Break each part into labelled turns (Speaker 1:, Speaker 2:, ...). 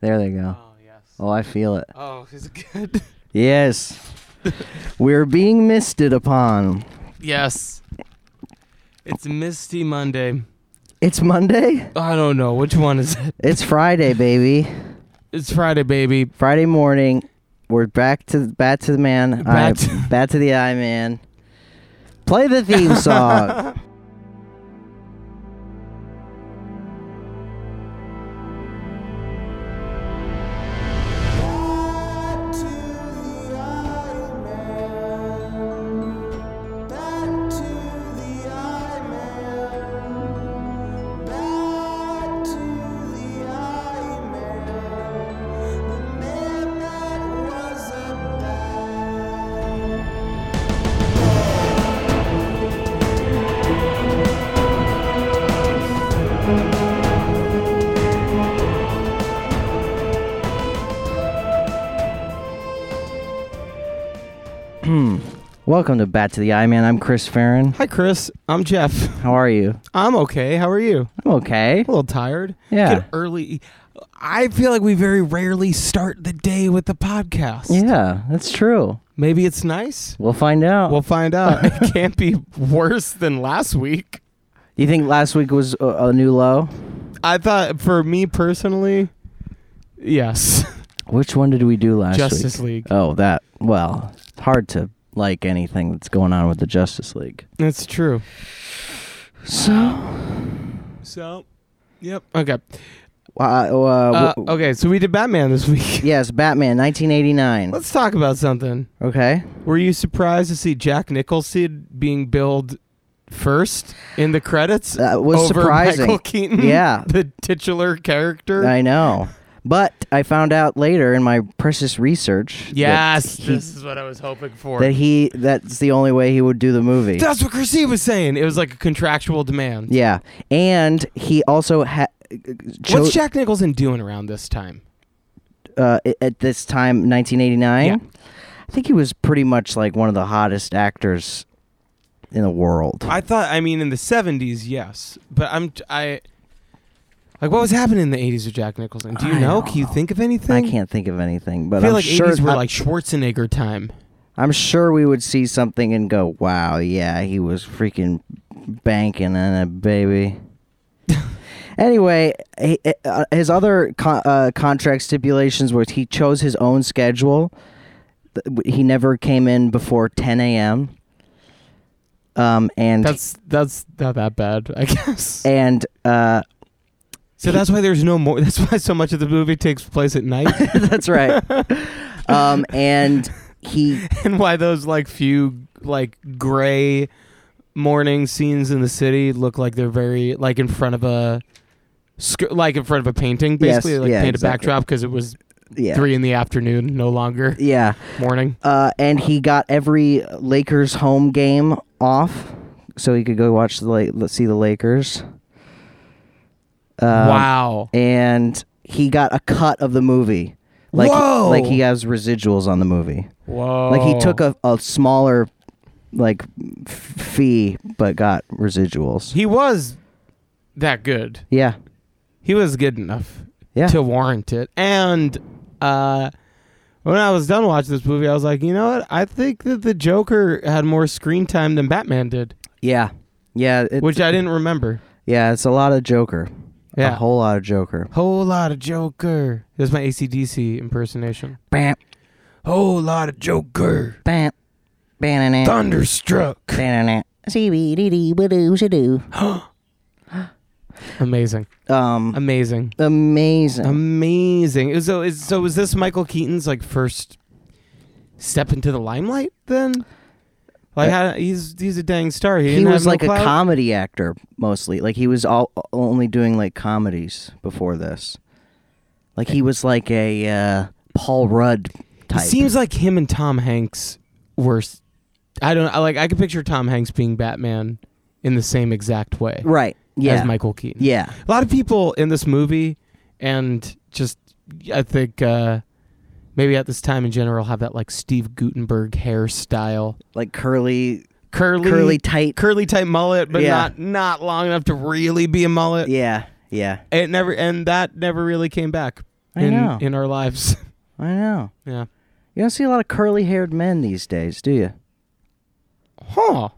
Speaker 1: There they go.
Speaker 2: Oh yes.
Speaker 1: Oh, I feel it.
Speaker 2: Oh, is it good?
Speaker 1: Yes. We're being misted upon.
Speaker 2: yes. It's Misty Monday.
Speaker 1: It's Monday?
Speaker 2: I don't know which one is it.
Speaker 1: It's Friday, baby.
Speaker 2: It's Friday, baby.
Speaker 1: Friday morning. We're back to back to the man.
Speaker 2: Back
Speaker 1: I-
Speaker 2: to-
Speaker 1: back to the eye man. Play the theme song. Welcome to Bat to the Eye Man. I'm Chris Farron.
Speaker 2: Hi, Chris. I'm Jeff.
Speaker 1: How are you?
Speaker 2: I'm okay. How are you?
Speaker 1: I'm okay.
Speaker 2: A little tired.
Speaker 1: Yeah.
Speaker 2: Get early. I feel like we very rarely start the day with the podcast.
Speaker 1: Yeah, that's true.
Speaker 2: Maybe it's nice.
Speaker 1: We'll find out.
Speaker 2: We'll find out. it can't be worse than last week.
Speaker 1: you think last week was a, a new low?
Speaker 2: I thought for me personally, yes.
Speaker 1: Which one did we do last week?
Speaker 2: Justice League.
Speaker 1: Oh, that. Well, it's hard to like anything that's going on with the Justice League.
Speaker 2: That's true.
Speaker 1: So,
Speaker 2: So, yep. Okay.
Speaker 1: uh, uh,
Speaker 2: Uh,
Speaker 1: w-
Speaker 2: okay, so we did Batman this week.
Speaker 1: yes, Batman, 1989.
Speaker 2: Let's talk about something.
Speaker 1: Okay.
Speaker 2: Were you surprised to see Jack Nicholson being billed first in the credits?
Speaker 1: That was
Speaker 2: over
Speaker 1: surprising.
Speaker 2: Michael Keaton,
Speaker 1: Yeah.
Speaker 2: the titular character.
Speaker 1: I know. But I found out later in my precious research. that
Speaker 2: yes,
Speaker 1: he-
Speaker 2: this is what I was hoping for.
Speaker 1: that he that's the only way he would do the movie.
Speaker 2: That's what Christine was saying. It was like a contractual demand.
Speaker 1: Yeah, and he also had
Speaker 2: What's
Speaker 1: chose
Speaker 2: Jack Nicholson doing around this time?
Speaker 1: uh, i- at this time, 1989. I think he was pretty much like one of the hottest actors in the world.
Speaker 2: I thought. I mean, in the seventies, yes, but I'm I. Like what was happening in the eighties with Jack Nicholson? Do you
Speaker 1: I
Speaker 2: know?
Speaker 1: don't
Speaker 2: Can you
Speaker 1: know.
Speaker 2: think of anything?
Speaker 1: I can't think of anything, but
Speaker 2: I feel
Speaker 1: am
Speaker 2: like
Speaker 1: sure
Speaker 2: 80s were
Speaker 1: I-
Speaker 2: like Schwarzenegger time.
Speaker 1: I'm sure we would see something and go, "Wow, yeah, he was freaking banking on it, baby." anyway, he, uh, his other con- uh, contract stipulations were he chose his own schedule. Th- w- He never came in before 10 a.m. Um, and
Speaker 2: That's that's not that bad, I guess.
Speaker 1: and uh,
Speaker 2: So that's why there's no more. That's why so much of the movie takes place at night,
Speaker 1: that's right. um, and he
Speaker 2: and why those like few like gray morning scenes in the city look like they're very like in front of a sc- like in front of a painting,
Speaker 1: Yes,
Speaker 2: basically like
Speaker 1: yeah,
Speaker 2: painted
Speaker 1: exactly.
Speaker 2: backdrop because it was
Speaker 1: yeah
Speaker 2: three in the afternoon, no longer
Speaker 1: yeah.
Speaker 2: morning.
Speaker 1: uh, and he got every Lakers home game off, so he could go watch the La- see the Lakers. Um,
Speaker 2: wow.
Speaker 1: And he got a cut of the movie, like
Speaker 2: Whoa! Oh.
Speaker 1: like he has residuals on the movie.
Speaker 2: Whoa.
Speaker 1: Like he took a, a smaller, like f- fee, but got residuals.
Speaker 2: He was that good.
Speaker 1: yeah,
Speaker 2: He was good enough.
Speaker 1: yeah,
Speaker 2: to warrant it. And uh, when I was done watching this movie, I was like, you know what? I think that the Joker had more screen time than Batman did,
Speaker 1: yeah, yeah. It,
Speaker 2: which I didn't remember.
Speaker 1: yeah, it's a lot of Joker.
Speaker 2: Yeah.
Speaker 1: a whole lot of Joker.
Speaker 2: Whole lot of Joker. That's my ACDC impersonation.
Speaker 1: Bam,
Speaker 2: Whole lot of Joker.
Speaker 1: bam, banana,
Speaker 2: Thunderstruck.
Speaker 1: banana. CBDD, what do you do?
Speaker 2: Amazing.
Speaker 1: Um,
Speaker 2: Amazing.
Speaker 1: amazing.
Speaker 2: Amazing. Is- So is so was this Michael Keaton's like first step into the limelight then? Like how, he's he's a dang star. He,
Speaker 1: Uh, he
Speaker 2: didn't
Speaker 1: was
Speaker 2: have no
Speaker 1: like a
Speaker 2: clout?
Speaker 1: comedy actor mostly. Like he was all only doing like comedies before this. Like he was like a uh, Paul Rudd type.
Speaker 2: It seems like him and Tom Hanks were. s- I don't I like. I could picture Tom Hanks being Batman in the same exact way
Speaker 1: right. Yeah.
Speaker 2: as Michael Keaton.
Speaker 1: yeah.
Speaker 2: A lot of people in this movie, and just I think uh, maybe at this time in general have that like Steve Gutenberg hairstyle,
Speaker 1: Like curly,
Speaker 2: curly,
Speaker 1: curly tight.
Speaker 2: curly type mullet, but
Speaker 1: Yeah.
Speaker 2: not not long enough to really be a mullet.
Speaker 1: yeah. Yeah.
Speaker 2: It never and that never really came back.
Speaker 1: I
Speaker 2: in
Speaker 1: know.
Speaker 2: in our lives.
Speaker 1: I know.
Speaker 2: yeah.
Speaker 1: You don't see a lot of curly haired men these days, do you?
Speaker 2: Huh.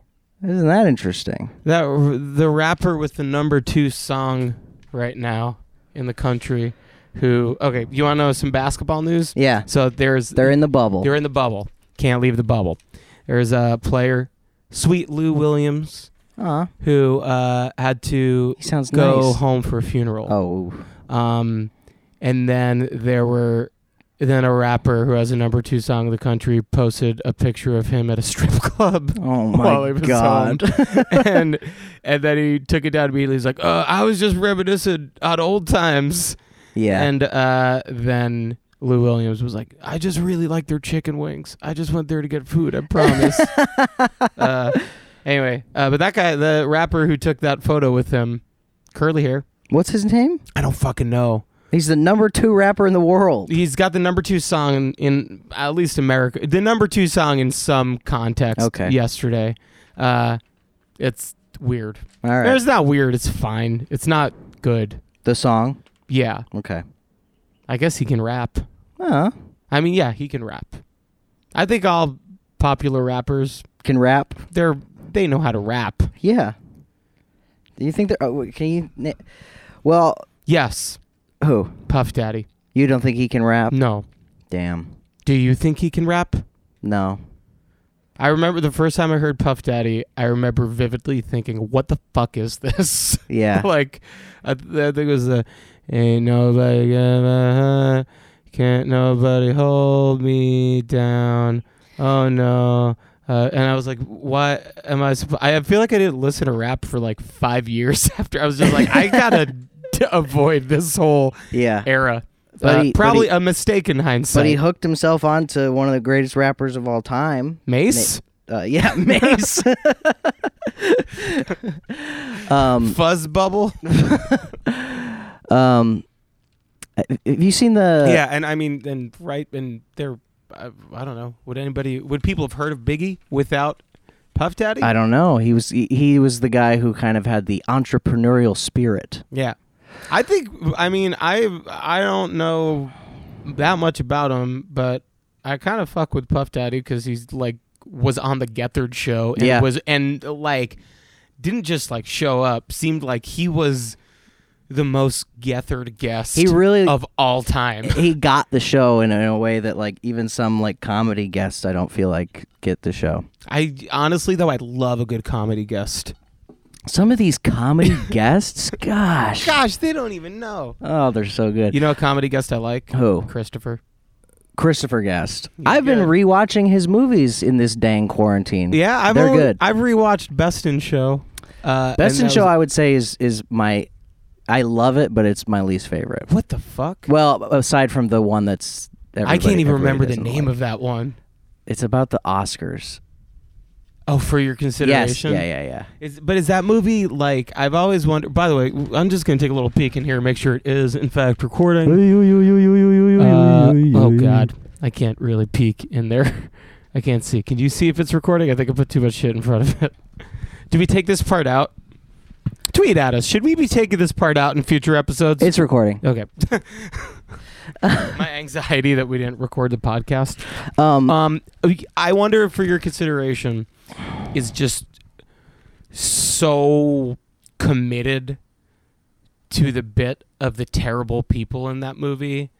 Speaker 1: Isn't that interesting?
Speaker 2: That the rapper with the number two song right now in the country. Who? Okay, you want to know some basketball news?
Speaker 1: Yeah.
Speaker 2: So there's
Speaker 1: They're in the bubble.
Speaker 2: You're in the bubble. Can't leave the bubble. There's a player, Sweet Lou Williams,
Speaker 1: Aw.
Speaker 2: who uh, had to
Speaker 1: He sounds
Speaker 2: go
Speaker 1: nice.
Speaker 2: home for a funeral.
Speaker 1: Oh.
Speaker 2: Um, and then there were, then a rapper who has a number two song in the country posted a picture of him at a strip club.
Speaker 1: Oh
Speaker 2: While he
Speaker 1: my
Speaker 2: was
Speaker 1: god.
Speaker 2: and and then he took it down immediately. He's like, uh, I was just reminiscing on old times.
Speaker 1: yeah.
Speaker 2: And uh, then Lou Williams was like, I just really like their chicken wings. I just went there to get food, I promise. uh, anyway, uh, but that guy, the rapper who took that photo with him, curly hair,
Speaker 1: What's his name?
Speaker 2: I don't fucking know.
Speaker 1: He's the number two rapper in the world.
Speaker 2: He's got the number two song in, in at least America, the number two song in some context
Speaker 1: Okay.
Speaker 2: yesterday. Uh, it's weird.
Speaker 1: All right.
Speaker 2: It's not weird. It's fine. It's not good.
Speaker 1: the song.
Speaker 2: Yeah.
Speaker 1: Okay.
Speaker 2: I guess he can rap.
Speaker 1: Uh,
Speaker 2: I mean, yeah, he can rap. I think all popular rappers,
Speaker 1: can rap.
Speaker 2: they're they know how to rap.
Speaker 1: Yeah. Do you think they're? Oh, wait, can you? na- Well,
Speaker 2: Yes,
Speaker 1: who?
Speaker 2: Puff Daddy.
Speaker 1: You don't think he can rap?
Speaker 2: No.
Speaker 1: Damn.
Speaker 2: Do you think he can rap?
Speaker 1: No.
Speaker 2: I remember the first time I heard Puff Daddy, I remember vividly thinking, "What the fuck is this?"
Speaker 1: Yeah.
Speaker 2: like, I, th- I think it was the "Ain't nobody gonna, can't nobody hold me down." Oh no. Uh, and I was like, "What am I?" Supp-? I feel like I didn't listen to rap for like five years after. I was just like, "I gotta d- avoid this whole
Speaker 1: yeah.
Speaker 2: era."
Speaker 1: But
Speaker 2: Uh,
Speaker 1: he- but
Speaker 2: probably
Speaker 1: he-
Speaker 2: a mistake in hindsight.
Speaker 1: But he hooked himself onto one of the greatest rappers of all time.
Speaker 2: Mace,
Speaker 1: Uh, yeah, Mace. um,
Speaker 2: Fuzz Bubble.
Speaker 1: um, have you seen the?
Speaker 2: yeah, and I mean, and right, and they're, I, I don't know. Would anybody, would people have heard of Biggie without Puff Daddy?
Speaker 1: I don't know. He was he, he was the guy who kind of had the entrepreneurial spirit.
Speaker 2: yeah, I think. I mean, I I don't know that much about him, but I kind of fuck with Puff Daddy because he's like was on the Gethard show and
Speaker 1: Yeah.
Speaker 2: was and like didn't just like show up. Seemed like he was the most Gethard guest
Speaker 1: He really-
Speaker 2: of all time.
Speaker 1: He got the show in a, in a way that like even some like comedy guests I don't feel like get the show.
Speaker 2: I honestly though I love a good comedy guest.
Speaker 1: Some of these comedy guests, gosh,
Speaker 2: Gosh, they don't even know.
Speaker 1: oh, they're so good.
Speaker 2: You know a comedy guest I like?
Speaker 1: Who?
Speaker 2: Christopher.
Speaker 1: Christopher Guest. I've been
Speaker 2: good.
Speaker 1: rewatching his movies in this dang quarantine.
Speaker 2: Yeah, I've
Speaker 1: they're
Speaker 2: only-
Speaker 1: good.
Speaker 2: I've rewatched Best in Show. Uh,
Speaker 1: Best
Speaker 2: and
Speaker 1: in
Speaker 2: that
Speaker 1: Show,
Speaker 2: was-
Speaker 1: I would say, is is my. I love it, but it's my least favorite.
Speaker 2: what the fuck?
Speaker 1: Well, aside from the one that's.
Speaker 2: I can't
Speaker 1: everybody-
Speaker 2: even
Speaker 1: everybody
Speaker 2: remember the
Speaker 1: doesn't
Speaker 2: name
Speaker 1: like.
Speaker 2: of that one.
Speaker 1: It's about the Oscars.
Speaker 2: Oh, for your
Speaker 1: Yes.
Speaker 2: consideration.
Speaker 1: Yeah. Yeah. Yeah.
Speaker 2: Is, but is that movie like? I've always wondered. By the way, I'm just gonna take a little peek in here, and make sure it is in fact recording. Uh, oh God, I can't really peek in there. I can't see. Can you see if it's recording? I think I put too much shit in front of it. Do we take this part out? Tweet at us. Should we be taking this part out in future episodes?
Speaker 1: It's recording.
Speaker 2: Okay. My anxiety that we didn't record the podcast.
Speaker 1: Um,
Speaker 2: Um, I wonder if for your consideration is just so committed to the bit of the terrible people in that movie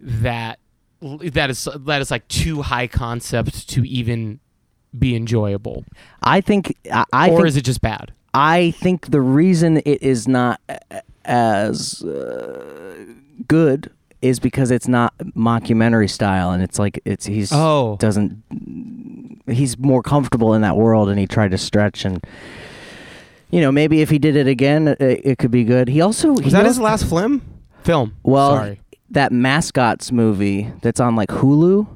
Speaker 2: that that is that is like too high concept to even be enjoyable,
Speaker 1: I think I, I
Speaker 2: or
Speaker 1: think
Speaker 2: is it just bad?
Speaker 1: I think the reason it is not a- as uh, good is because it's not mockumentary style, and it's like it's he's
Speaker 2: Oh.
Speaker 1: doesn't he's more comfortable in that world, and he tried to stretch and. You know, maybe if he did it again, it, it could be good. He also he
Speaker 2: Was that
Speaker 1: al-
Speaker 2: his last film? Film.
Speaker 1: Well,
Speaker 2: sorry.
Speaker 1: that mascots movie that's on like Hulu.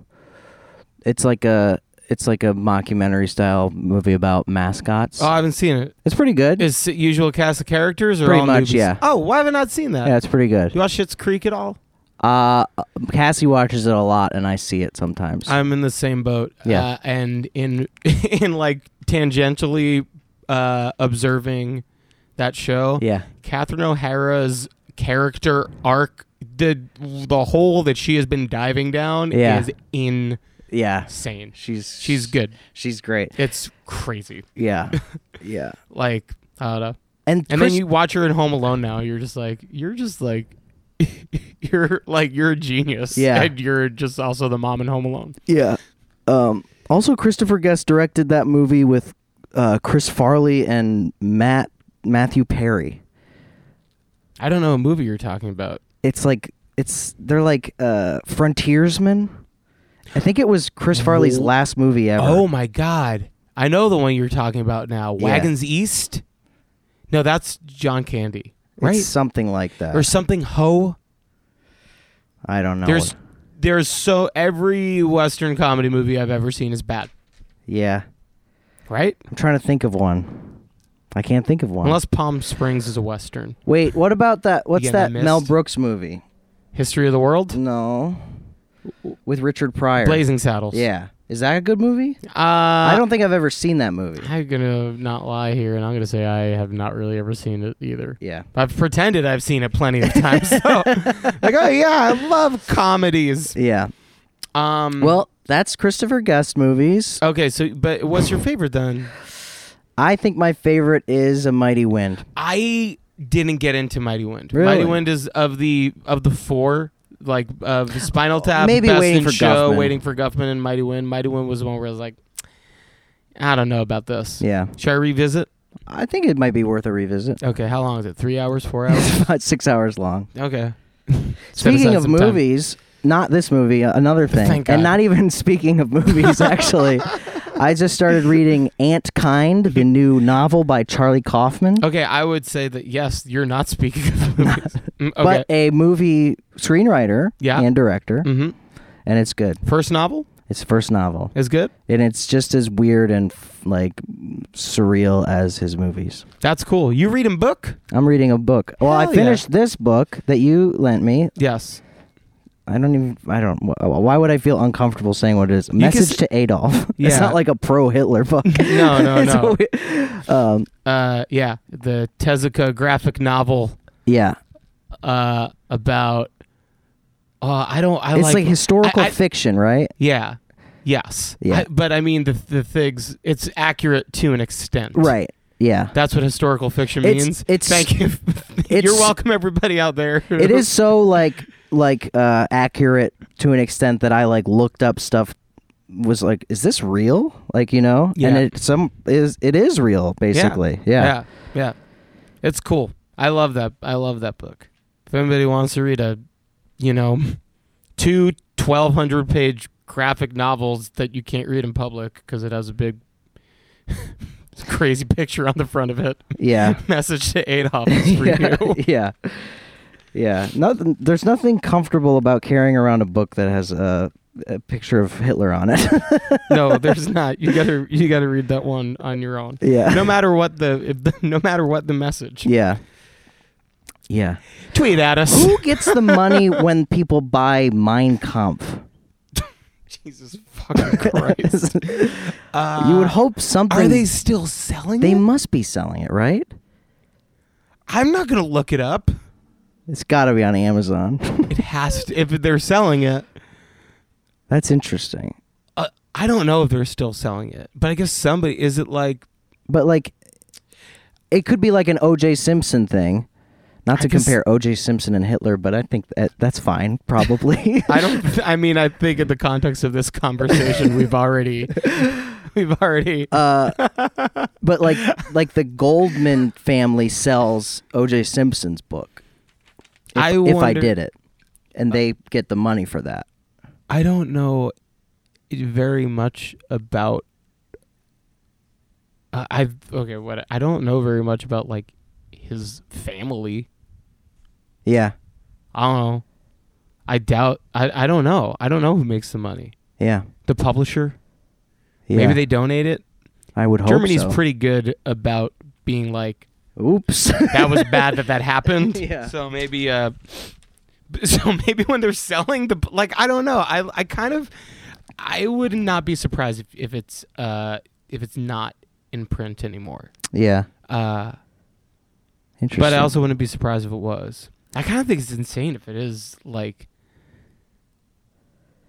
Speaker 1: It's like a it's like a mockumentary style movie about mascots.
Speaker 2: Oh, I haven't seen it.
Speaker 1: it's pretty good.
Speaker 2: Is it usual cast of characters or
Speaker 1: Pretty
Speaker 2: all
Speaker 1: much,
Speaker 2: newbies?
Speaker 1: yeah.
Speaker 2: Oh, why have I not seen that?
Speaker 1: yeah, it's pretty good.
Speaker 2: You watch Shit's Creek at all?
Speaker 1: Uh, Cassie watches it a lot, and I see it sometimes.
Speaker 2: I'm in the same boat.
Speaker 1: Yeah.
Speaker 2: uh, and in in like tangentially uh, observing that show,
Speaker 1: yeah,
Speaker 2: Catherine O'Hara's character arc the the hole that she has been diving down
Speaker 1: Yeah.
Speaker 2: is insane.
Speaker 1: Yeah. She's
Speaker 2: She's good.
Speaker 1: She's great.
Speaker 2: It's crazy.
Speaker 1: Yeah. yeah.
Speaker 2: Like I don't know.
Speaker 1: And
Speaker 2: And
Speaker 1: Chris-
Speaker 2: then you watch her in Home Alone now. You're just like you're just like you're like you're a genius.
Speaker 1: Yeah.
Speaker 2: and you're just also the mom in Home Alone.
Speaker 1: Yeah. Um, also, Christopher Guest directed that movie with uh, Chris Farley and Matt Matthew Perry.
Speaker 2: I don't know what movie you're talking about.
Speaker 1: It's like it's they're like uh, frontiersmen. I think it was Chris Farley's
Speaker 2: Oh.
Speaker 1: last movie ever.
Speaker 2: Oh my god. I know the one you're talking about now.
Speaker 1: Yeah.
Speaker 2: Wagons East? No, that's John Candy.
Speaker 1: It's
Speaker 2: Right?
Speaker 1: something like that.
Speaker 2: or something ho.
Speaker 1: I don't know.
Speaker 2: There's there's so every western comedy movie I've ever seen is bad,
Speaker 1: yeah,
Speaker 2: right?
Speaker 1: I'm trying to think of one. I can't think of one.
Speaker 2: Unless Palm Springs is a western.
Speaker 1: Wait, what about that? What's
Speaker 2: getting that
Speaker 1: that Mel
Speaker 2: missed?
Speaker 1: Brooks movie?
Speaker 2: History of the World?
Speaker 1: No, with Richard Pryor.
Speaker 2: Blazing Saddles.
Speaker 1: Yeah, is that a good movie?
Speaker 2: Uh, I
Speaker 1: I don't think I've ever seen that movie.
Speaker 2: I'm going to not lie here and I'm going to say I have not really ever seen it either.
Speaker 1: Yeah.
Speaker 2: I've pretended I've seen it plenty of times. So. like, oh yeah, I love comedies.
Speaker 1: Yeah.
Speaker 2: Um
Speaker 1: Well, that's Christopher Guest movies.
Speaker 2: Okay, so but what's your favorite then?
Speaker 1: I think my favorite is A Mighty Wind.
Speaker 2: I didn't get into Mighty Wind.
Speaker 1: Really?
Speaker 2: Mighty Wind is of the of the four, like of Spinal Tap,
Speaker 1: Maybe
Speaker 2: Best
Speaker 1: Waiting
Speaker 2: in
Speaker 1: for
Speaker 2: Show,
Speaker 1: Guffman.
Speaker 2: Waiting for Guffman, and Mighty Wind. Mighty Wind was the one where I was like, I don't know about this.
Speaker 1: Yeah.
Speaker 2: Should I revisit?
Speaker 1: I think it might be worth a revisit.
Speaker 2: Okay, how long is it? Three hours? Four hours?
Speaker 1: It's about six hours long.
Speaker 2: okay. Set
Speaker 1: Speaking
Speaker 2: aside
Speaker 1: of
Speaker 2: some time.
Speaker 1: movies, not this movie, uh, another thing.
Speaker 2: Thank
Speaker 1: And
Speaker 2: God.
Speaker 1: not even speaking of movies, actually. I just started reading Ant Kind, the new novel by Charlie Kaufman.
Speaker 2: Okay, I would say that yes, you're not speaking of movies. Mm, okay.
Speaker 1: But a movie screenwriter
Speaker 2: Yeah.
Speaker 1: and director,
Speaker 2: hmm
Speaker 1: and it's good.
Speaker 2: First novel
Speaker 1: It's the first novel,
Speaker 2: is good.
Speaker 1: and it's just as weird and f- like surreal as his movies.
Speaker 2: That's cool. You read a book?
Speaker 1: I'm reading a book. Well, I
Speaker 2: Hell yeah.
Speaker 1: finished this book that you lent me.
Speaker 2: Yes.
Speaker 1: I don't even. I don't. wh- Why would I feel uncomfortable saying what it is?
Speaker 2: can
Speaker 1: Message
Speaker 2: s-
Speaker 1: to Adolf. it's
Speaker 2: Yeah.
Speaker 1: not like a pro Hitler book.
Speaker 2: No, no,
Speaker 1: It's
Speaker 2: no.
Speaker 1: weird- um,
Speaker 2: Uh, yeah, the Tezuka graphic novel
Speaker 1: yeah,
Speaker 2: uh, about. Uh, I don't. I
Speaker 1: it's like,
Speaker 2: like,
Speaker 1: historical
Speaker 2: I- I-
Speaker 1: fiction, right?
Speaker 2: Yeah. Yes.
Speaker 1: Yeah.
Speaker 2: I- but I mean the the things. It's accurate to an extent.
Speaker 1: Right. Yeah.
Speaker 2: That's what historical fiction
Speaker 1: It's-
Speaker 2: means.
Speaker 1: it's-
Speaker 2: Thank you. You're
Speaker 1: it's-
Speaker 2: welcome, everybody out there.
Speaker 1: it is so like like uh, accurate to an extent that I like looked up stuff. Was like, is this real? Like you know, and
Speaker 2: Yeah.
Speaker 1: it some is it is real basically.
Speaker 2: Yeah.
Speaker 1: Yeah.
Speaker 2: yeah. It's cool. I love that. I love that book. If anybody wants to read a, you know, two 1,200 page graphic novels that you can't read in public because it has a big, crazy picture on the front of it.
Speaker 1: yeah.
Speaker 2: message to Adolf is for
Speaker 1: yeah,
Speaker 2: you.
Speaker 1: yeah. Yeah. Nothing there's nothing comfortable about carrying around a book that has a, a picture of Hitler on it.
Speaker 2: No, there's not. You gotta you gotta read that one on your own.
Speaker 1: yeah.
Speaker 2: No matter what the, if the no matter what the message.
Speaker 1: Yeah. Yeah.
Speaker 2: Tweet at us.
Speaker 1: Who gets the money when people buy Mein Kampf?
Speaker 2: Jesus fucking Christ. Uh,
Speaker 1: you would hope something
Speaker 2: Are they still selling
Speaker 1: they
Speaker 2: it?
Speaker 1: must be selling it, right?
Speaker 2: I'm not gonna look it up.
Speaker 1: It's got to be on Amazon.
Speaker 2: It has to. If they're selling it,
Speaker 1: That's interesting.
Speaker 2: uh, I don't know if they're still selling it. But I guess somebody is it like
Speaker 1: But like it could be like an OJ Simpson thing. Not
Speaker 2: I
Speaker 1: to
Speaker 2: guess-
Speaker 1: compare OJ Simpson and Hitler, but I think that that's fine probably.
Speaker 2: I don't. I mean, I think in the context of this conversation, we've already we've already
Speaker 1: Uh, but like like the Goldman family sells O.J. Simpson's book. If
Speaker 2: I
Speaker 1: if I
Speaker 2: wonder- Uh
Speaker 1: did it, and they get the money for that.
Speaker 2: I don't know very much about. Uh, I okay. What I don't know very much about like his family.
Speaker 1: Yeah,
Speaker 2: I don't know. I doubt. I I don't know. I don't know who makes the money.
Speaker 1: yeah,
Speaker 2: The publisher.
Speaker 1: yeah.
Speaker 2: Maybe they donate it.
Speaker 1: I would hope
Speaker 2: Germany's
Speaker 1: so.
Speaker 2: pretty good about being like
Speaker 1: Oops.
Speaker 2: that was bad that that happened.
Speaker 1: Yeah.
Speaker 2: So maybe uh, so maybe when they're selling the like I don't know I I kind of I would not be surprised if, if it's uh if it's not in print anymore.
Speaker 1: yeah,
Speaker 2: Uh,
Speaker 1: interesting.
Speaker 2: but I also wouldn't be surprised if it was. I kind of think it's insane if it is like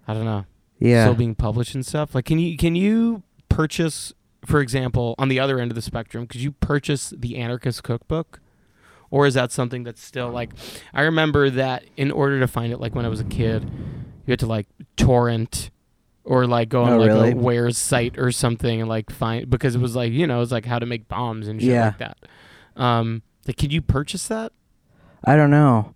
Speaker 2: I don't know.
Speaker 1: Yeah.
Speaker 2: Still being published and stuff. Like can you can you purchase for example, on the other end of the spectrum, could you purchase the Anarchist Cookbook? Or is that something that's still like I remember that in order to find it like when I was a kid, you had to like torrent or like go on
Speaker 1: Oh,
Speaker 2: like
Speaker 1: really?
Speaker 2: a wares site or something and like find because it was like, you know, it was like how to make bombs and shit
Speaker 1: Yeah.
Speaker 2: like that. Um like could you purchase that?
Speaker 1: I don't know.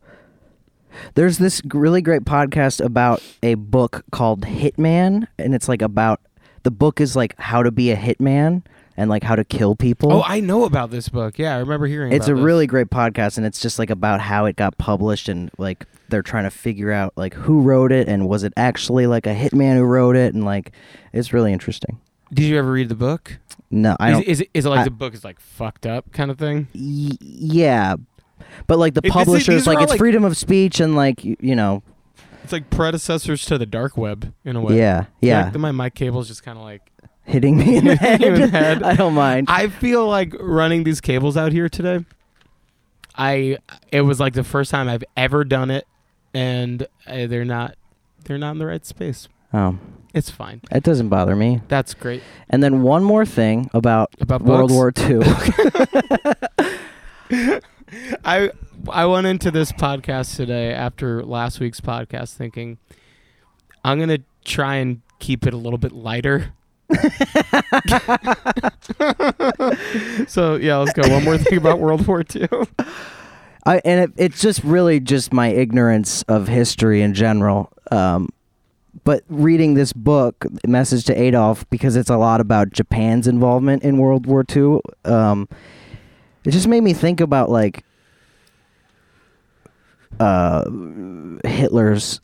Speaker 1: There's this g- really great podcast about a book called Hitman, and it's like about the book is like how to be a hitman and like how to kill people.
Speaker 2: Oh, I know about this book. Yeah, I remember hearing
Speaker 1: it's a
Speaker 2: about this.
Speaker 1: really great podcast, and it's just like about how it got published and like they're trying to figure out like who wrote it and was it actually like a hitman who wrote it and like it's really interesting.
Speaker 2: Did you ever read the book?
Speaker 1: No, I
Speaker 2: is,
Speaker 1: don't.
Speaker 2: is, it- is it like
Speaker 1: I-
Speaker 2: the book is like fucked up kind of thing?
Speaker 1: y- yeah, but like the
Speaker 2: It- it's like-
Speaker 1: publishers
Speaker 2: these are
Speaker 1: like
Speaker 2: all,
Speaker 1: it's
Speaker 2: like-
Speaker 1: freedom of speech and like y- you know
Speaker 2: It's like predecessors to the dark web in a way.
Speaker 1: yeah yeah
Speaker 2: Like, my mic cable's just kind of like.
Speaker 1: hitting me in the
Speaker 2: Hitting
Speaker 1: head.
Speaker 2: you in the head.
Speaker 1: I don't mind.
Speaker 2: I feel like running these cables out here today. I it was like the first time I've ever done it, and uh, they're not they're not in the right space.
Speaker 1: Um,
Speaker 2: It's fine.
Speaker 1: it doesn't bother me.
Speaker 2: That's great.
Speaker 1: And then one more thing about
Speaker 2: About
Speaker 1: World
Speaker 2: books?
Speaker 1: War II.
Speaker 2: I I went into this podcast today after last week's podcast thinking I'm gonna try and keep it a little bit lighter. so yeah, let's go. One more thing about World War II.
Speaker 1: I, and it, it's just really just my ignorance of history in general. Um, but reading this book, Message to Adolf, because it's a lot about Japan's involvement in World War II, um, it just made me think about like uh, Hitler's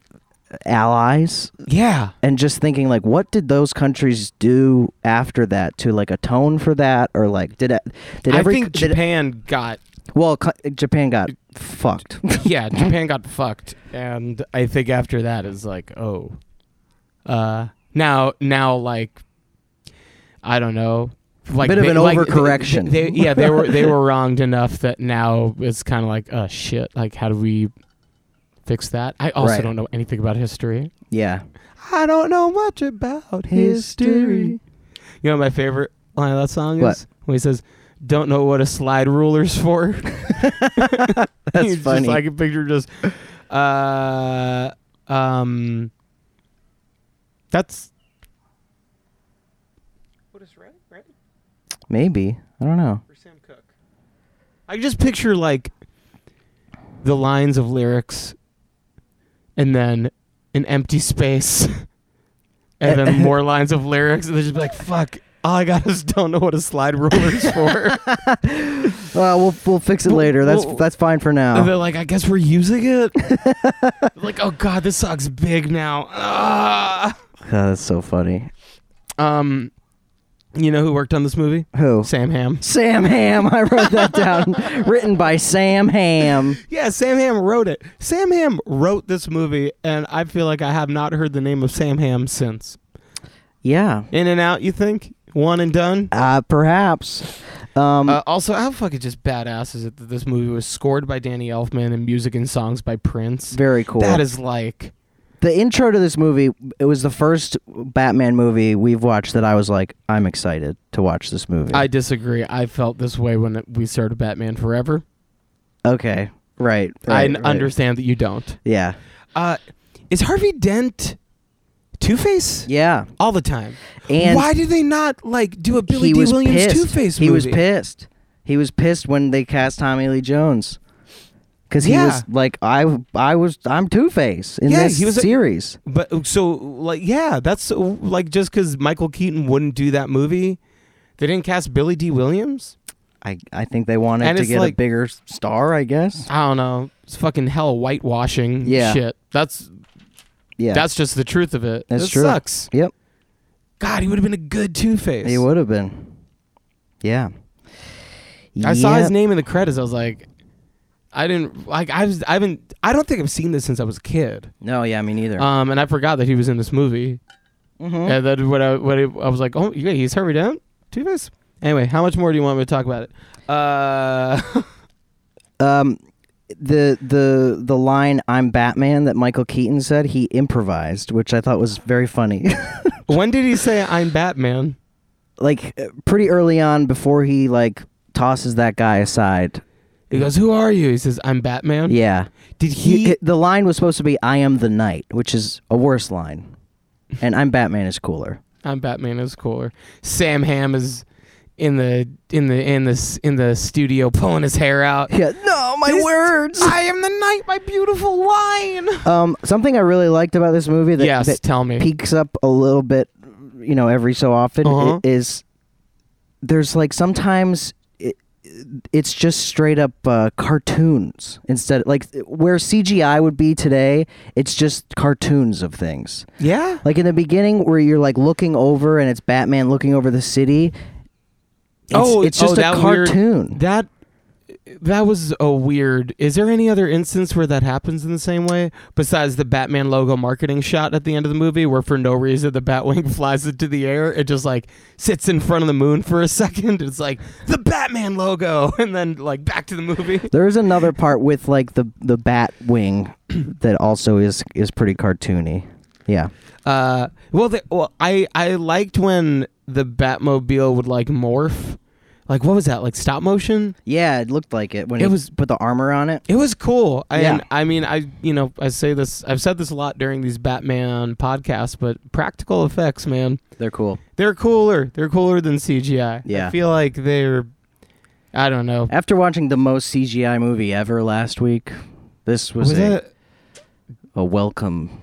Speaker 1: allies
Speaker 2: Yeah.
Speaker 1: and just thinking like what did those countries do after that to like atone for that or like did it did every
Speaker 2: I think
Speaker 1: did-
Speaker 2: Japan got
Speaker 1: well cu- japan got fucked
Speaker 2: yeah, Japan got fucked, and I think after that is like oh, uh, now now like I don't know, like
Speaker 1: Bit of an
Speaker 2: like,
Speaker 1: overcorrection.
Speaker 2: They, they- yeah, they were they were wronged enough that now it's kind of like oh shit, like how do we fix that? I also
Speaker 1: Right.
Speaker 2: don't know anything about history.
Speaker 1: yeah
Speaker 2: I don't know much about
Speaker 1: History.
Speaker 2: You know what my favorite line of that song
Speaker 1: What?
Speaker 2: is when he says, "Don't know what a slide ruler's for."
Speaker 1: that's
Speaker 2: It's
Speaker 1: funny
Speaker 2: Just, I can picture just, uh, um, that's. What is Ray? Ray
Speaker 1: maybe i don't know
Speaker 2: or Sam Cook? I can just picture like the lines of lyrics, and then an empty space, and then more lines of lyrics, and they just be like, "Fuck." All I got is don't know what a slide ruler is for.
Speaker 1: uh, we'll we'll fix it
Speaker 2: Well,
Speaker 1: later that's
Speaker 2: well-
Speaker 1: that's fine for
Speaker 2: And
Speaker 1: now
Speaker 2: they're like, I guess we're using it. like, oh god, this sucks big now. Ah.
Speaker 1: God, that's so funny
Speaker 2: Um, you know who worked on this movie?
Speaker 1: who
Speaker 2: Sam Ham.
Speaker 1: sam ham i wrote that down written by sam ham
Speaker 2: Yeah, Sam Ham wrote it. Sam Ham wrote this movie, and I feel like I have not heard the name of Sam Ham since.
Speaker 1: yeah
Speaker 2: In and out, you think? One and done.
Speaker 1: uh perhaps um
Speaker 2: Uh, also, how fucking just badass is it that this movie was scored by Danny Elfman and music and songs by Prince?
Speaker 1: very cool
Speaker 2: That is like,
Speaker 1: the intro to this movie it was the first batman movie we've watched that i was like i'm excited to watch this movie
Speaker 2: I disagree. I felt this way when we started Batman Forever.
Speaker 1: okay right,
Speaker 2: I
Speaker 1: right
Speaker 2: n-
Speaker 1: right.
Speaker 2: understand that you don't.
Speaker 1: yeah
Speaker 2: Uh, is Harvey Dent Two Face
Speaker 1: yeah
Speaker 2: all the time?
Speaker 1: and
Speaker 2: Why did they not like do a Billy
Speaker 1: he
Speaker 2: D.
Speaker 1: was
Speaker 2: Williams
Speaker 1: pissed.
Speaker 2: Two Face movie?
Speaker 1: he was pissed he was pissed when they cast tommy lee jones because he
Speaker 2: Yeah.
Speaker 1: was like i i was i'm two-face in
Speaker 2: Yeah,
Speaker 1: this
Speaker 2: he was a-
Speaker 1: series
Speaker 2: But uh, so like yeah, that's uh, like just because Michael Keaton wouldn't do that movie, they didn't cast Billy D. Williams.
Speaker 1: I, I think they wanted
Speaker 2: And
Speaker 1: to
Speaker 2: it's
Speaker 1: get a
Speaker 2: like-
Speaker 1: bigger s- star i guess
Speaker 2: I don't know. It's fucking hell whitewashing.
Speaker 1: Yeah.
Speaker 2: shit. That's
Speaker 1: yeah
Speaker 2: that's just the truth of it.
Speaker 1: That's
Speaker 2: This
Speaker 1: true.
Speaker 2: Sucks.
Speaker 1: Yep.
Speaker 2: God, he would have been a good Two Face.
Speaker 1: he would have been yeah
Speaker 2: I saw
Speaker 1: Yep.
Speaker 2: his name in the credits. I was like, I didn't like. I was. I haven't. I don't think I've seen this since I was a kid.
Speaker 1: no yeah me neither
Speaker 2: Um, and I forgot that he was in this movie.
Speaker 1: Mhm.
Speaker 2: And then when I when it, I was like, oh yeah, he's Harvey Dent, Two Face. Anyway, how much more do you want me to talk about it? Uh,
Speaker 1: um the the the line "I'm Batman" that Michael Keaton said he improvised, which I thought was very funny.
Speaker 2: When did he say I'm Batman?
Speaker 1: like uh, pretty early on, before he like tosses that guy aside.
Speaker 2: He goes, "Who are you?" He says, "I'm Batman."
Speaker 1: Yeah,
Speaker 2: Did
Speaker 1: he,
Speaker 2: Um, he?
Speaker 1: the line was supposed to be "I am the knight," which is a worse line, and "I'm Batman" is cooler.
Speaker 2: I'm Batman is cooler. Sam Ham is in the in the in the s- in the studio pulling his hair out.
Speaker 1: Yeah, no, my
Speaker 2: This-
Speaker 1: words.
Speaker 2: I am the knight, my beautiful lion.
Speaker 1: um, something I really liked about this movie that,
Speaker 2: yes,
Speaker 1: that
Speaker 2: tell me.
Speaker 1: peaks up a little bit, you know, every so often i-
Speaker 2: Uh-huh.
Speaker 1: is there's like sometimes it, it's just straight up uh, cartoons instead, like where CGI would be today, it's just cartoons of things.
Speaker 2: yeah.
Speaker 1: Like in the beginning, where you're like looking over and it's Batman looking over the city. It's,
Speaker 2: Oh,
Speaker 1: it's just a
Speaker 2: oh, that weird-
Speaker 1: cartoon.
Speaker 2: That that was a weird. Is there any other instance where that happens in the same way besides the Batman logo marketing shot at the end of the movie, where for no reason the Batwing flies into the air? It just like sits in front of the moon for a second. It's like the Batman logo, and then like back to the movie.
Speaker 1: There is another part with like the the bat wing that also is is pretty cartoony. Yeah.
Speaker 2: Uh, well, the, well, I I liked when the Batmobile would like morph. Like what was that? Like stop motion?
Speaker 1: Yeah, it looked like it when
Speaker 2: It
Speaker 1: it
Speaker 2: was-
Speaker 1: was put the armor on it.
Speaker 2: It was cool. And
Speaker 1: Yeah.
Speaker 2: I mean, I you know, I say this, I've said this a lot during these Batman podcasts, but practical effects, man,
Speaker 1: They're cool.
Speaker 2: they're cooler. They're cooler than CGI. I
Speaker 1: Yeah.
Speaker 2: feel like they're, I don't know.
Speaker 1: After watching the most CGI movie ever last week, this was, a,
Speaker 2: it?
Speaker 1: a welcome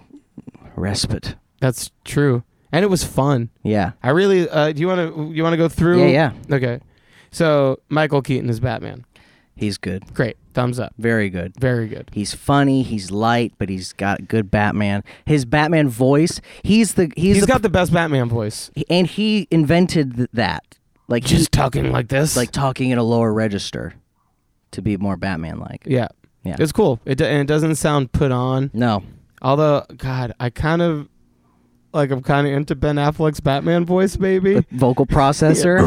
Speaker 1: respite.
Speaker 2: That's true. And it was fun.
Speaker 1: Yeah.
Speaker 2: I really. Uh, do you want to? You want to go through?
Speaker 1: Yeah, yeah.
Speaker 2: Okay. So Michael Keaton is Batman.
Speaker 1: He's good.
Speaker 2: Great. Thumbs up.
Speaker 1: Very good.
Speaker 2: Very good.
Speaker 1: He's funny, he's light, but he's got good Batman. His Batman voice, he's the he's,
Speaker 2: he's
Speaker 1: the,
Speaker 2: got the best Batman voice.
Speaker 1: and he invented th- that. Like he-
Speaker 2: Just talking like this.
Speaker 1: like talking in a lower register to be more Batman like.
Speaker 2: yeah.
Speaker 1: Yeah.
Speaker 2: It's cool. It do- and it doesn't sound put on.
Speaker 1: No.
Speaker 2: Although, God, I kind of like I'm kind of into Ben Affleck's Batman voice, maybe.
Speaker 1: The vocal processor.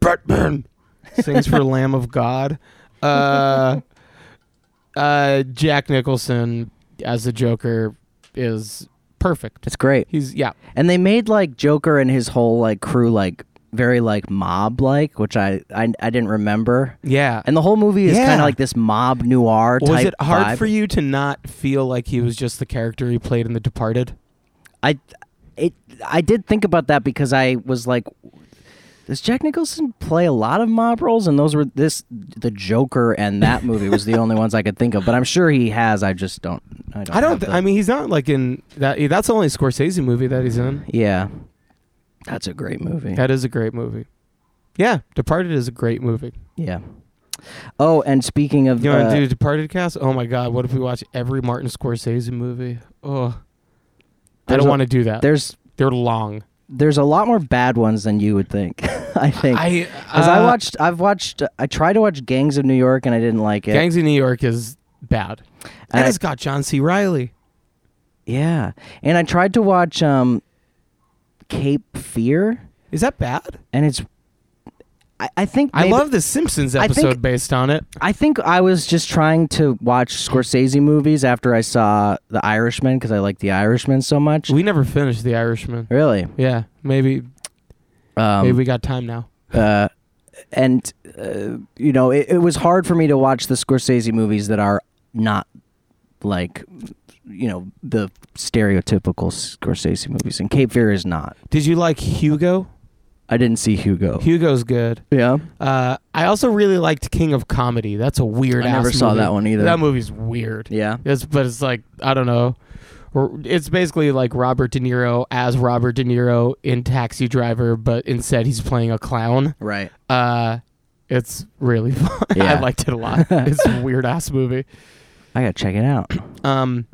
Speaker 2: Batman sings for Lamb of God. Uh, uh, Jack Nicholson as the Joker is perfect.
Speaker 1: It's great.
Speaker 2: He's yeah.
Speaker 1: And they made like Joker and his whole like crew like very like mob like, which I, I I didn't remember.
Speaker 2: Yeah.
Speaker 1: And the whole movie is
Speaker 2: Yeah.
Speaker 1: kind of like this mob noir type.
Speaker 2: was it hard
Speaker 1: vibe.
Speaker 2: for you to not feel like he was just the character he played in The Departed?
Speaker 1: I it I did think about that because I was like does Jack Nicholson play a lot of mob roles? And those were this the Joker and that movie was the only ones I could think of. But I'm sure he has. I just don't. I don't.
Speaker 2: I don't.
Speaker 1: have
Speaker 2: Th-
Speaker 1: the-
Speaker 2: I mean, he's not like in that. That's the only Scorsese movie that he's in.
Speaker 1: Yeah. That's a great movie.
Speaker 2: That is a great movie. Yeah, Departed is a great movie.
Speaker 1: Yeah. Oh, and speaking of
Speaker 2: You want
Speaker 1: uh,
Speaker 2: to do Departed cast? Oh my God, what if we watch every Martin Scorsese movie? Oh, I
Speaker 1: There's
Speaker 2: don't
Speaker 1: a-
Speaker 2: want to do that. They're,
Speaker 1: there's
Speaker 2: long.
Speaker 1: there's a lot more bad ones than you would think. I think.
Speaker 2: I
Speaker 1: Cuz I
Speaker 2: uh,
Speaker 1: watched I've watched I tried to watch Gangs of New York and I didn't like it.
Speaker 2: Gangs of New York is bad, and
Speaker 1: I-
Speaker 2: it's got John C. Riley.
Speaker 1: yeah. And I tried to watch um Cape Fear
Speaker 2: Is that bad?
Speaker 1: and it's I, I think
Speaker 2: I
Speaker 1: maybe-
Speaker 2: love the Simpsons
Speaker 1: I think-
Speaker 2: episode based on it.
Speaker 1: I think I was just trying to watch Scorsese movies after I saw The Irishman cuz I like The Irishman so much.
Speaker 2: We never finished The Irishman.
Speaker 1: really.
Speaker 2: Yeah, maybe
Speaker 1: Um,
Speaker 2: maybe we got time now.
Speaker 1: uh, and uh, you know it, it was hard for me to watch the Scorsese movies that are not like you know the stereotypical Scorsese movies, and Cape Fear is not.
Speaker 2: Did you like Hugo?
Speaker 1: I didn't see Hugo.
Speaker 2: Hugo's good.
Speaker 1: yeah,
Speaker 2: Uh, I also really liked King of Comedy. That's a weird.
Speaker 1: I never
Speaker 2: ass
Speaker 1: saw
Speaker 2: movie.
Speaker 1: that one either.
Speaker 2: That movie's weird.
Speaker 1: yeah.
Speaker 2: It's but it's like I don't know. Or- It's basically like Robert De Niro as Robert De Niro in Taxi Driver, but instead he's playing a clown.
Speaker 1: Right.
Speaker 2: Uh, it's really fun. I
Speaker 1: Yeah.
Speaker 2: liked it a lot. it's a weird ass movie.
Speaker 1: I gotta check it out.
Speaker 2: Um,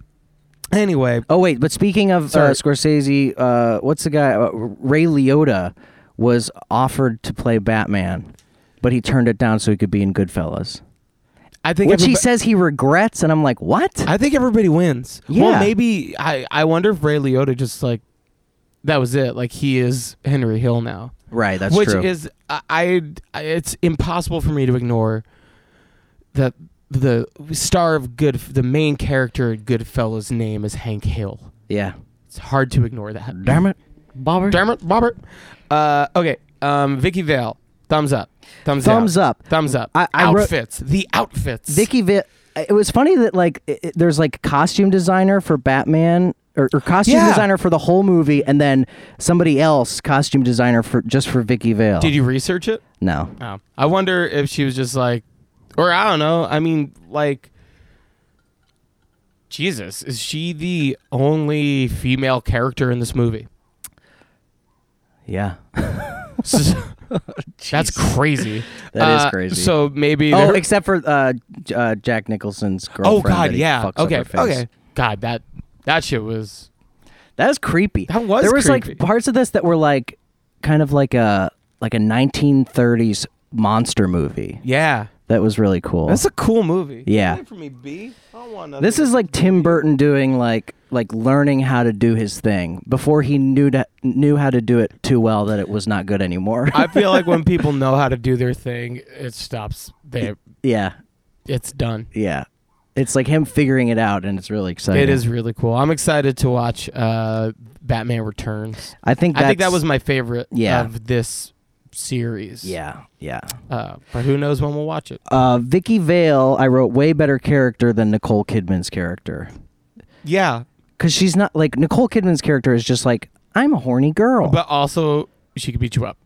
Speaker 2: anyway,
Speaker 1: Oh wait, but speaking of uh,
Speaker 2: Sorry.
Speaker 1: Scorsese, uh, what's the guy? Uh, Ray Liotta was offered to play Batman, but he turned it down so he could be in Goodfellas,
Speaker 2: I think
Speaker 1: which he
Speaker 2: everybo-
Speaker 1: says he regrets. And I'm like, what?
Speaker 2: I think everybody wins. Well,
Speaker 1: Yeah.
Speaker 2: maybe I I wonder if Ray Liotta just like that was it. Like he is Henry Hill now.
Speaker 1: right. That's
Speaker 2: which
Speaker 1: true.
Speaker 2: is I, I it's impossible for me to ignore that the star of Good, the main character in Goodfellas' name is Hank Hill.
Speaker 1: Yeah.
Speaker 2: It's hard to ignore that.
Speaker 1: Damn it, Bobber.
Speaker 2: Damn it, Robert. Uh, okay, um, Vicky Vale, thumbs up, thumbs,
Speaker 1: Thumbs
Speaker 2: out.
Speaker 1: up.
Speaker 2: thumbs up.
Speaker 1: I- I wrote-
Speaker 2: outfits, the outfits.
Speaker 1: Vicky Vale. It was funny that like it, it- there's like costume designer for Batman or, or costume
Speaker 2: Yeah.
Speaker 1: designer for the whole movie, and then somebody else costume designer for just for Vicky Vale.
Speaker 2: Did you research it?
Speaker 1: No.
Speaker 2: Oh. I wonder if she was just like, or I don't know. I mean, like, Jesus, is she the only female character in this movie?
Speaker 1: Yeah.
Speaker 2: That's crazy.
Speaker 1: That is
Speaker 2: Uh,
Speaker 1: crazy.
Speaker 2: So maybe.
Speaker 1: Oh,
Speaker 2: there-
Speaker 1: except for uh, J- uh, Jack Nicholson's
Speaker 2: oh
Speaker 1: girlfriend.
Speaker 2: God,
Speaker 1: that he
Speaker 2: yeah.
Speaker 1: fucks up
Speaker 2: Okay,
Speaker 1: her face.
Speaker 2: okay. God, that that shit was.
Speaker 1: That was creepy.
Speaker 2: That was
Speaker 1: There was like
Speaker 2: creepy.
Speaker 1: parts of this that were like kind of like a like a 1930s monster movie.
Speaker 2: Yeah,
Speaker 1: That was really cool.
Speaker 2: that's a cool movie.
Speaker 1: Yeah.
Speaker 2: Get it for me, B. I don't want
Speaker 1: this is like Tim Burton doing like like learning how to do his thing before he knew to, knew how to do it too well that it was not good anymore.
Speaker 2: I feel like when people know how to do their thing, it stops. They,
Speaker 1: yeah.
Speaker 2: it's done.
Speaker 1: Yeah. It's like him figuring it out and it's really exciting.
Speaker 2: It is really cool. I'm excited to watch uh, Batman Returns.
Speaker 1: I think
Speaker 2: I think that
Speaker 1: that's-
Speaker 2: was my favorite
Speaker 1: Yeah.
Speaker 2: of this series.
Speaker 1: Yeah. Yeah.
Speaker 2: Uh, but who knows when we'll watch it?
Speaker 1: Uh, Vicky Vale, I wrote way better character than Nicole Kidman's character
Speaker 2: Yeah.
Speaker 1: because she's not like Nicole Kidman's character is just like I'm a horny girl, but,
Speaker 2: But also, she could beat you up.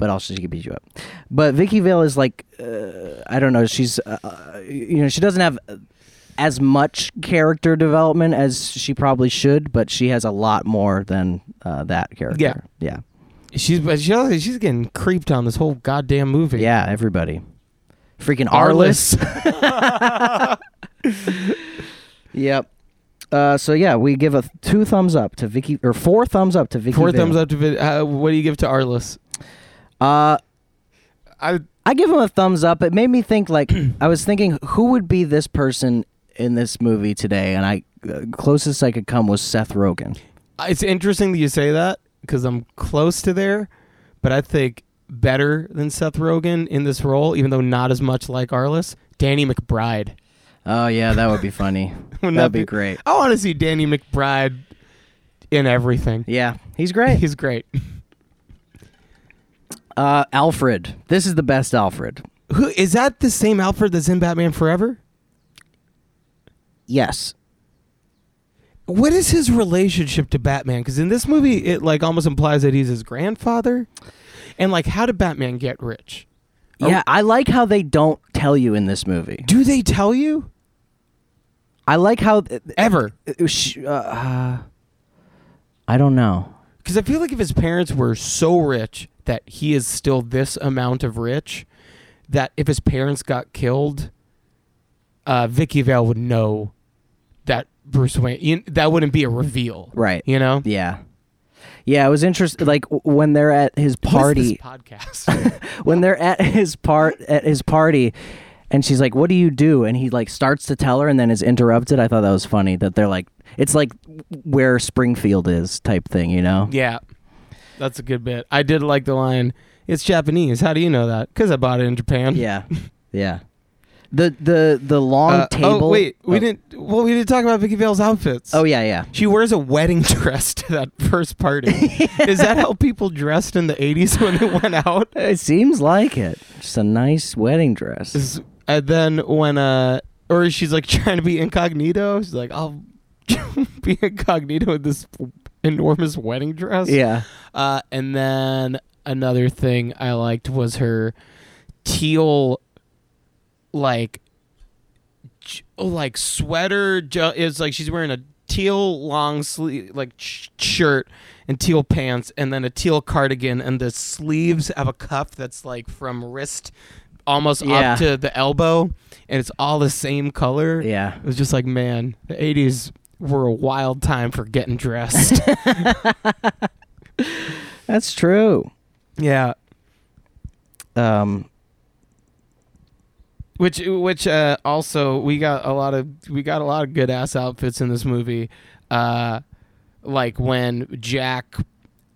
Speaker 1: also she could beat you up. But Vicky Vale is like uh, I don't know, she's uh, uh, you know she doesn't have uh, as much character development as she probably should, but she has a lot more than uh, that character. Yeah,
Speaker 2: She's but she also, she's getting creeped on this whole goddamn movie.
Speaker 1: yeah, yeah. Everybody, freaking Arliss.
Speaker 2: Arliss.
Speaker 1: Yep. Uh, so yeah, we give a th- two thumbs up to Vicky or four thumbs up to Vicky.
Speaker 2: Four
Speaker 1: Vale.
Speaker 2: thumbs up to vid- uh, What do you give to Arliss?
Speaker 1: Uh,
Speaker 2: I
Speaker 1: I give him a thumbs up. It made me think like I was thinking who would be this person in this movie today, and I uh, closest I could come was Seth Rogen.
Speaker 2: it's interesting that you say that because I'm close to there, but I think better than Seth Rogen in this role, even though not as much like Arliss. Danny McBride.
Speaker 1: Oh yeah, that would be funny.
Speaker 2: Wouldn't
Speaker 1: That'd
Speaker 2: that
Speaker 1: be
Speaker 2: be-
Speaker 1: great.
Speaker 2: I want to see Danny McBride in everything.
Speaker 1: Yeah, he's great.
Speaker 2: He's great.
Speaker 1: Uh, Alfred. This is the best Alfred.
Speaker 2: Who is that? The same Alfred that's in Batman Forever?
Speaker 1: Yes.
Speaker 2: What is his relationship to Batman? Because in this movie, it like almost implies that he's his grandfather. And like, how did Batman get rich?
Speaker 1: Yeah, I like how they don't tell you in this movie.
Speaker 2: Oh. Do they tell you
Speaker 1: I like how
Speaker 2: ever?
Speaker 1: Uh, sh- uh, uh, I don't know.
Speaker 2: Because I feel like if his parents were so rich that he is still this amount of rich, that if his parents got killed, uh, Vicky Vale would know that Bruce Wayne. you- that wouldn't be a reveal,
Speaker 1: Right.
Speaker 2: You know,
Speaker 1: Yeah. Yeah, it was interesting. Like w- when they're at his
Speaker 2: What is
Speaker 1: party,
Speaker 2: this podcast.
Speaker 1: when they're at his part at his party, and she's like, "What do you do?" And he like starts to tell her, and then is interrupted. I thought that was funny that they're like, it's like where Springfield is type thing, you know?
Speaker 2: yeah, that's a good bit. I did like the line. It's Japanese. How do you know that? Because I bought it in Japan.
Speaker 1: Yeah, yeah. The the the long
Speaker 2: Uh,
Speaker 1: table.
Speaker 2: Oh wait, we
Speaker 1: oh,
Speaker 2: didn't. Well, we didn't talk about Vicky Vale's outfits.
Speaker 1: Oh yeah, yeah.
Speaker 2: She wears a wedding dress to that first party. Is that how people dressed in the 80s when they went out?
Speaker 1: It seems like it. Just a nice wedding dress.
Speaker 2: Is- And then when, uh, or she's like trying to be incognito. She's like, I'll be incognito in this enormous wedding dress.
Speaker 1: yeah.
Speaker 2: Uh, and then another thing I liked was her teal, like, j- oh, like sweater. Ju- it's like she's wearing a teal long sleeve, like sh- shirt and teal pants, and then a teal cardigan, and the sleeves have a cuff that's like from wrist almost
Speaker 1: Yeah.
Speaker 2: up to the elbow, and it's all the same color.
Speaker 1: Yeah.
Speaker 2: It was just like, man, the 80s were a wild time for getting dressed.
Speaker 1: That's true.
Speaker 2: yeah.
Speaker 1: Um
Speaker 2: which which uh, also we got a lot of we got a lot of good ass outfits in this movie uh like when jack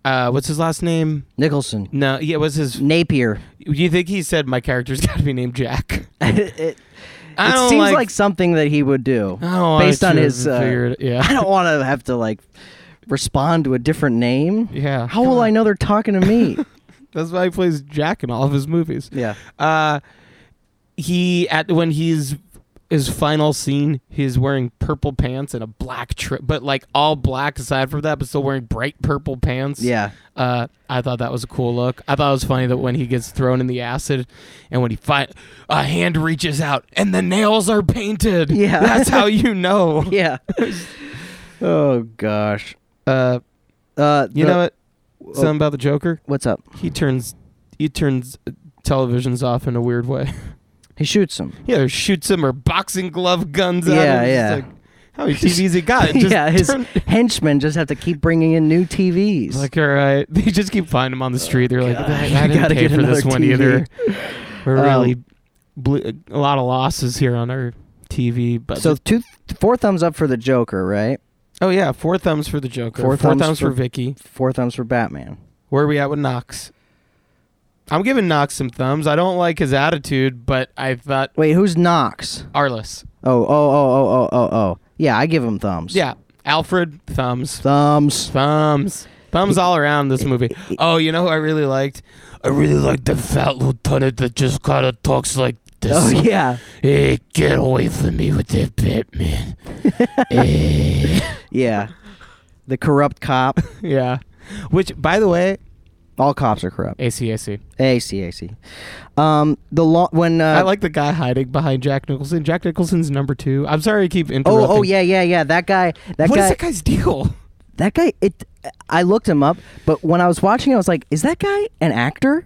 Speaker 2: uh what's his last name
Speaker 1: Nicholson.
Speaker 2: no yeah what's his
Speaker 1: Napier.
Speaker 2: you think he said my character's got to be named jack
Speaker 1: it,
Speaker 2: I
Speaker 1: it
Speaker 2: don't
Speaker 1: seems like,
Speaker 2: like, Oh,
Speaker 1: something that he would do
Speaker 2: I don't
Speaker 1: based
Speaker 2: wanna
Speaker 1: on
Speaker 2: choose
Speaker 1: his.
Speaker 2: and figure
Speaker 1: Uh,
Speaker 2: it- yeah.
Speaker 1: I don't want to have to like respond to a different name.
Speaker 2: Yeah.
Speaker 1: How will I know they're talking to me?
Speaker 2: That's why he plays Jack in all of his movies.
Speaker 1: yeah.
Speaker 2: Uh, he at when he's his final scene, he's wearing purple pants and a black trip, but like all black aside from that, but still wearing bright purple pants.
Speaker 1: Yeah.
Speaker 2: Uh, I thought that was a cool look. I thought it was funny that when he gets thrown in the acid, and when he fight, a hand reaches out and the nails are painted.
Speaker 1: Yeah.
Speaker 2: that's how you know.
Speaker 1: Yeah. oh gosh.
Speaker 2: Uh,
Speaker 1: Uh,
Speaker 2: you
Speaker 1: the-
Speaker 2: know what?
Speaker 1: oh,
Speaker 2: Something about the Joker.
Speaker 1: what's up?
Speaker 2: He turns, he turns uh, televisions off in a weird way.
Speaker 1: He shoots him.
Speaker 2: Yeah, or shoots him or boxing glove guns out.
Speaker 1: Yeah,
Speaker 2: him. It's
Speaker 1: yeah.
Speaker 2: Like, how many TVs he got? It Just
Speaker 1: yeah, his
Speaker 2: turned-
Speaker 1: henchmen just have to keep bringing in new TVs.
Speaker 2: It's like, all right. They just keep finding him on the street. They're like,
Speaker 1: Oh, God.
Speaker 2: I, I
Speaker 1: You
Speaker 2: didn't
Speaker 1: gotta
Speaker 2: pay
Speaker 1: get
Speaker 2: for this
Speaker 1: another
Speaker 2: one
Speaker 1: TV.
Speaker 2: either. We're
Speaker 1: Um,
Speaker 2: really ble- a lot of losses here on our TV. But
Speaker 1: so two, four thumbs up for the Joker, right?
Speaker 2: oh yeah, four thumbs for the Joker.
Speaker 1: Four thumbs
Speaker 2: for,
Speaker 1: for-
Speaker 2: Vicky.
Speaker 1: Four thumbs for Batman.
Speaker 2: Where are we at with Knox? I'm giving Knox some thumbs. I don't like his attitude, but I thought
Speaker 1: Wait, who's Knox?
Speaker 2: Arliss.
Speaker 1: Oh, oh, oh, oh, oh, oh, oh. Yeah, I give him thumbs.
Speaker 2: Yeah, Alfred thumbs.
Speaker 1: Thumbs.
Speaker 2: Thumbs. Thumbs all around this movie. Oh, you know who I really liked? I really liked the fat lieutenant that just kind of talks like this.
Speaker 1: Oh yeah.
Speaker 2: Hey, get away from me with that Batman. Eh. Hey.
Speaker 1: Yeah. The corrupt cop.
Speaker 2: Yeah. Which, by the way,
Speaker 1: All cops are corrupt.
Speaker 2: ACAC.
Speaker 1: ACAC. Um the law when uh,
Speaker 2: I like the guy hiding behind Jack Nicholson. Jack Nicholson's number two. I'm sorry I keep interrupting.
Speaker 1: Oh, oh yeah, yeah, yeah. That guy that
Speaker 2: What
Speaker 1: guy
Speaker 2: is that guy's deal?
Speaker 1: that guy it i looked him up but when i was watching i was like is that guy an actor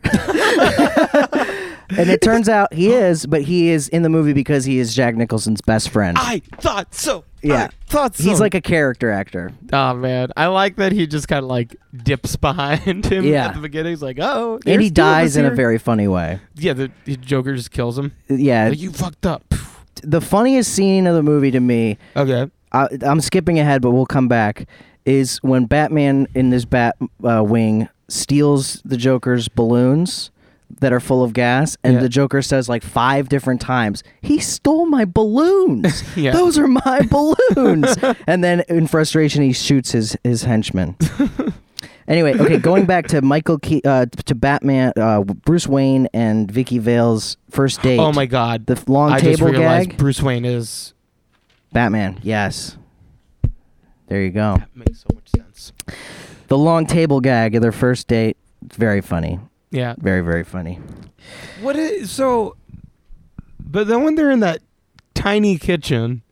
Speaker 1: and it turns out he is but he is in the movie because he is jack nicholson's best friend
Speaker 2: I thought so.
Speaker 1: Yeah.
Speaker 2: I thought so.
Speaker 1: he's like a character actor
Speaker 2: Oh man, I like that he just kind of like dips behind him
Speaker 1: Yeah.
Speaker 2: at the beginning. He's like, oh,
Speaker 1: and
Speaker 2: there's
Speaker 1: he
Speaker 2: two of us
Speaker 1: dies in a
Speaker 2: here.
Speaker 1: very funny way
Speaker 2: yeah. The, the Joker just kills him.
Speaker 1: yeah
Speaker 2: Like, you fucked up.
Speaker 1: the funniest scene of the movie to me
Speaker 2: Okay.
Speaker 1: I, i'm skipping ahead but we'll come back is when batman in this bat uh, wing steals the joker's balloons that are full of gas and
Speaker 2: Yeah.
Speaker 1: the joker says like five different times he stole my balloons
Speaker 2: Yeah.
Speaker 1: those are my balloons and then in frustration he shoots his his henchman anyway okay going back to michael Ke- uh, to batman uh, bruce wayne and vicky vale's first date
Speaker 2: Oh my god.
Speaker 1: the long
Speaker 2: I just
Speaker 1: table
Speaker 2: realized
Speaker 1: gag
Speaker 2: Bruce Wayne is.
Speaker 1: batman yes there you go
Speaker 2: That makes so much sense.
Speaker 1: the long table gag of their first date it's very funny
Speaker 2: Yeah.
Speaker 1: very very funny
Speaker 2: What is so? But then when they're in that tiny kitchen,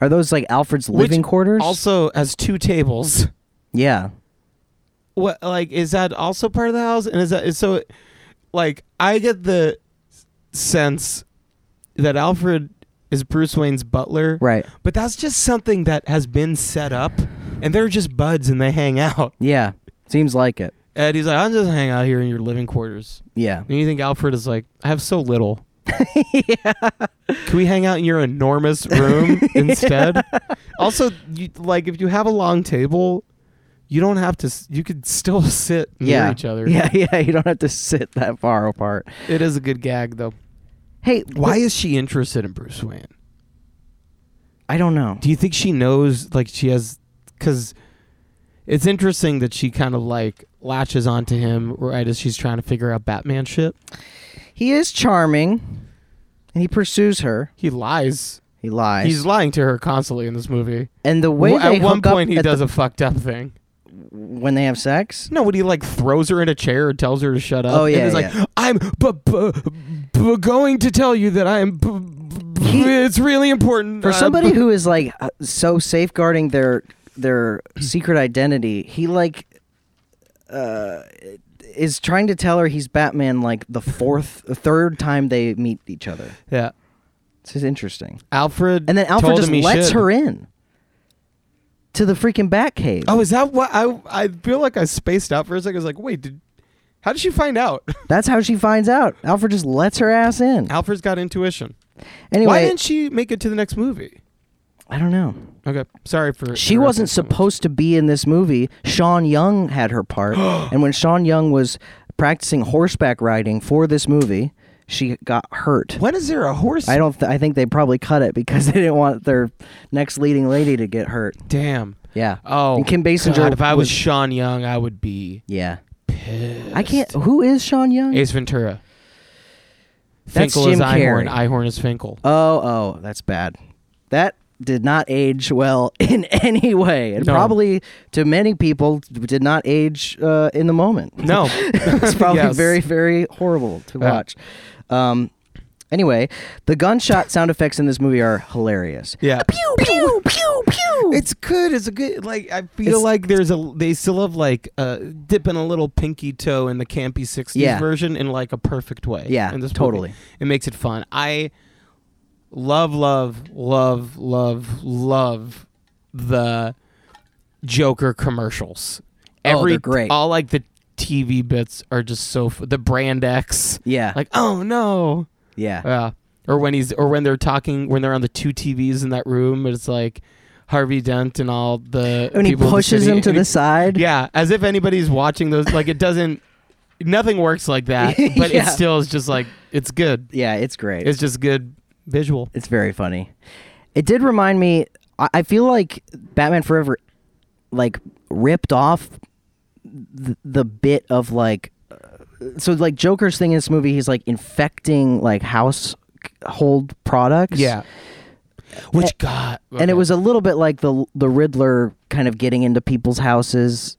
Speaker 1: are those like alfred's
Speaker 2: Which
Speaker 1: living quarters
Speaker 2: also has two tables.
Speaker 1: yeah
Speaker 2: What like is that also part of the house? And is that is so? Like I get the sense that Alfred is Bruce Wayne's butler,
Speaker 1: right
Speaker 2: but that's just something that has been set up, and they're just buds and they hang out.
Speaker 1: yeah seems like it
Speaker 2: And he's like, "I'm just hang out here in your living quarters."
Speaker 1: yeah
Speaker 2: And you think Alfred is like, I have so little. Can we hang out in your enormous room instead? Also, you, like if you have a long table, you don't have to. s- You could still sit near
Speaker 1: yeah
Speaker 2: each other.
Speaker 1: yeah yeah you don't have to sit that far apart
Speaker 2: it is a good gag though.
Speaker 1: hey
Speaker 2: Why
Speaker 1: wh-
Speaker 2: is she interested in Bruce Wayne?
Speaker 1: i don't know
Speaker 2: Do you think she knows? Like she has, because it's interesting that she kind of like latches onto him right as she's trying to figure out Batman shit.
Speaker 1: he is charming and he pursues her
Speaker 2: He lies.
Speaker 1: he lies
Speaker 2: He's lying to her constantly in this movie.
Speaker 1: and the way
Speaker 2: Well,
Speaker 1: they
Speaker 2: at one
Speaker 1: hook up
Speaker 2: point he
Speaker 1: at
Speaker 2: does
Speaker 1: the-
Speaker 2: a fucked up thing.
Speaker 1: when they have sex
Speaker 2: No, when he like throws her in a chair and tells her to shut up.
Speaker 1: Oh, yeah,
Speaker 2: and he's
Speaker 1: yeah.
Speaker 2: like, I'm b- b- b- going to tell you that I'm. B- b-
Speaker 1: He-
Speaker 2: it's really important
Speaker 1: for
Speaker 2: uh,
Speaker 1: somebody
Speaker 2: b-
Speaker 1: who is like uh, so safeguarding their their secret identity he like uh is trying to tell her he's batman like the fourth third time they meet each other
Speaker 2: yeah,
Speaker 1: this is interesting
Speaker 2: Alfred.
Speaker 1: and then alfred
Speaker 2: told
Speaker 1: just
Speaker 2: him he
Speaker 1: lets
Speaker 2: should.
Speaker 1: her in to the freaking Batcave.
Speaker 2: Oh, is that what I? I feel like I spaced out for a second. I was like, wait, did how did she find out?
Speaker 1: That's how she finds out. Alfred just lets her ass in.
Speaker 2: Alfred's got intuition.
Speaker 1: Anyway,
Speaker 2: Why didn't she make it to the next movie?
Speaker 1: I don't know.
Speaker 2: Okay, sorry for.
Speaker 1: She
Speaker 2: interrupting
Speaker 1: wasn't
Speaker 2: so much.
Speaker 1: supposed to be in this movie. Sean Young had her part, and when Sean Young was practicing horseback riding for this movie, she got hurt.
Speaker 2: When is there a horse?
Speaker 1: I don't. Th- I think they probably cut it because they didn't want their next leading lady to get hurt.
Speaker 2: Damn.
Speaker 1: Yeah.
Speaker 2: Oh.
Speaker 1: And Kim Basinger
Speaker 2: God, if I was
Speaker 1: was-
Speaker 2: Sean Young, I would be
Speaker 1: Yeah.
Speaker 2: pissed.
Speaker 1: I can't. Who is Sean Young?
Speaker 2: Ace Ventura.
Speaker 1: That's
Speaker 2: Finkel is
Speaker 1: Jim
Speaker 2: Ihorn.
Speaker 1: Carrey.
Speaker 2: Ihorn is Finkel.
Speaker 1: oh, oh, that's bad. That did not age well in any way, and
Speaker 2: No.
Speaker 1: probably to many people did not age uh, in the moment.
Speaker 2: No.
Speaker 1: it's probably
Speaker 2: Yes.
Speaker 1: very, very horrible to
Speaker 2: Yeah.
Speaker 1: watch. Um, anyway, the gunshot sound effects in this movie are hilarious.
Speaker 2: Yeah.
Speaker 1: Pew pew pew pew.
Speaker 2: It's good. It's a good. Like I feel
Speaker 1: It's-
Speaker 2: like there's a. They still have like uh, dipping a little pinky toe in the campy '60s
Speaker 1: Yeah.
Speaker 2: version in like a perfect way.
Speaker 1: Yeah,
Speaker 2: in this movie.
Speaker 1: totally.
Speaker 2: It makes it fun. I love, love, love, love, love the Joker commercials.
Speaker 1: Oh, they're great.
Speaker 2: All like the TV bits are just so. F- the brand X.
Speaker 1: yeah,
Speaker 2: Like uh, oh no.
Speaker 1: yeah.
Speaker 2: Yeah. Or when he's or when they're talking when they're on the two TVs in that room, it's like Harvey Dent and all the
Speaker 1: when he
Speaker 2: people of the
Speaker 1: pushes
Speaker 2: city,
Speaker 1: him to
Speaker 2: and
Speaker 1: the
Speaker 2: he-
Speaker 1: side.
Speaker 2: Yeah, as if anybody's watching those like it doesn't nothing works like that, but
Speaker 1: Yeah.
Speaker 2: it still is just like it's good.
Speaker 1: Yeah, it's great.
Speaker 2: It's just good visual.
Speaker 1: It's very funny. It did remind me. I, I feel like Batman Forever, like ripped off the, the bit of like. uh, So like Joker's thing in this movie, he's like infecting like household products.
Speaker 2: Which
Speaker 1: And-
Speaker 2: God
Speaker 1: and it was a little bit like the the Riddler kind of getting into people's houses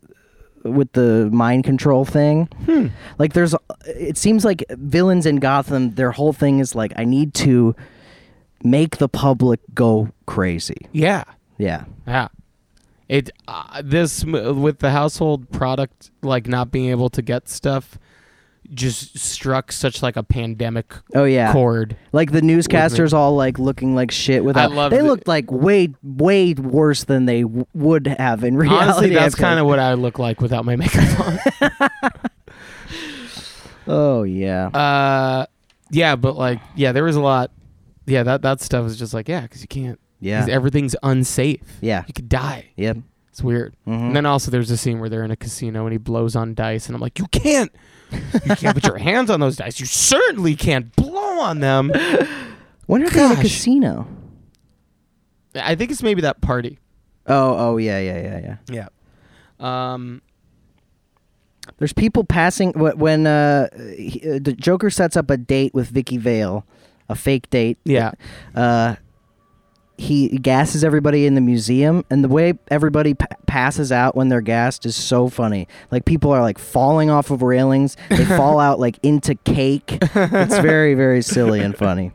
Speaker 1: with the mind control thing.
Speaker 2: Hmm.
Speaker 1: Like there's it seems like villains in Gotham their whole thing is like I need to make the public go crazy.
Speaker 2: Yeah.
Speaker 1: Yeah.
Speaker 2: Yeah. It uh, this m- with the household product like not being able to get stuff just struck such like a pandemic
Speaker 1: Oh yeah.
Speaker 2: chord.
Speaker 1: Like the newscasters all like looking like shit without
Speaker 2: I love
Speaker 1: They
Speaker 2: the-
Speaker 1: looked like way way worse than they w- would have in reality.
Speaker 2: Honestly, that's
Speaker 1: I feel
Speaker 2: kind of what I look like without my makeup on.
Speaker 1: Oh yeah.
Speaker 2: uh, yeah, but like, yeah, there was a lot. Yeah, that that stuff is just like, yeah, because you can't. 'cause
Speaker 1: yeah.
Speaker 2: everything's unsafe.
Speaker 1: Yeah.
Speaker 2: you could die.
Speaker 1: Yep.
Speaker 2: It's weird.
Speaker 1: Mhm.
Speaker 2: And then also, there's a scene where they're in a casino and he blows on dice, and I'm like, you can't. You can't put your hands on those dice. You certainly can't blow on them.
Speaker 1: Wonder if they had a
Speaker 2: Gosh.
Speaker 1: casino.
Speaker 2: I think it's maybe that party.
Speaker 1: Oh, oh yeah, yeah, yeah, yeah.
Speaker 2: Yeah. Um.
Speaker 1: There's people passing wh- when uh, he, uh, the Joker sets up a date with Vicky Vale, a fake date.
Speaker 2: Yeah.
Speaker 1: Uh, he gasses everybody in the museum, and the way everybody p- passes out when they're gassed is so funny. Like people are like falling off of railings, they fall out like into cake. It's very very silly and funny.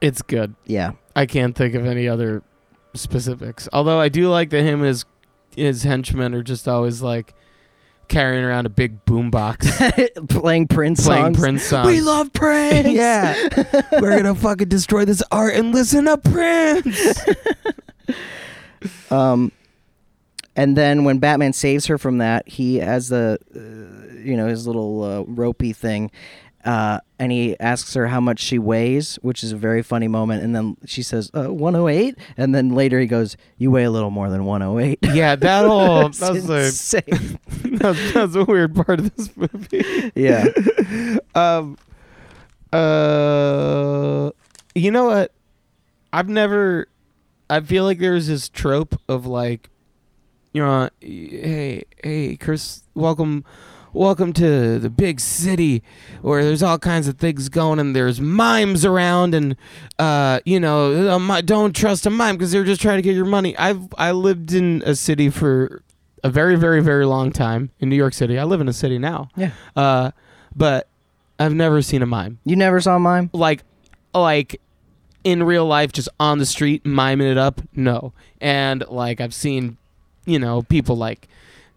Speaker 2: It's good.
Speaker 1: Yeah.
Speaker 2: I can't think of any other specifics. Although I do like that him and his his henchmen are just always like carrying around a big boombox
Speaker 1: Playing Prince
Speaker 2: playing
Speaker 1: songs.
Speaker 2: Prince songs.
Speaker 1: love Prince.
Speaker 2: Yeah. We're gonna fucking destroy this art and listen to Prince.
Speaker 1: Um, and then when Batman saves her from that, he has the, uh, you know, his little uh, ropey thing, uh, and he asks her how much she weighs, which is a very funny moment. And then she says, uh, 108. And then later he goes, You weigh a little more than 108.
Speaker 2: yeah, that whole
Speaker 1: It's
Speaker 2: Oh, that's a
Speaker 1: insane.
Speaker 2: that's, that's a weird part of this movie.
Speaker 1: yeah.
Speaker 2: Um, uh, you know what? I've never. I feel like there's this trope of like, you know, hey, hey, Chris, welcome, welcome to the big city, where there's all kinds of things going, and there's mimes around, and uh, you know, a mi- don't trust a mime because they're just trying to get your money. I've I lived in a city for a very, very, very long time in New York City. I live in a city now.
Speaker 1: Yeah.
Speaker 2: Uh, but I've never seen a mime.
Speaker 1: You never saw mime?
Speaker 2: Like, like in real life, just on the street miming it up. No, and like I've seen, you know, people like,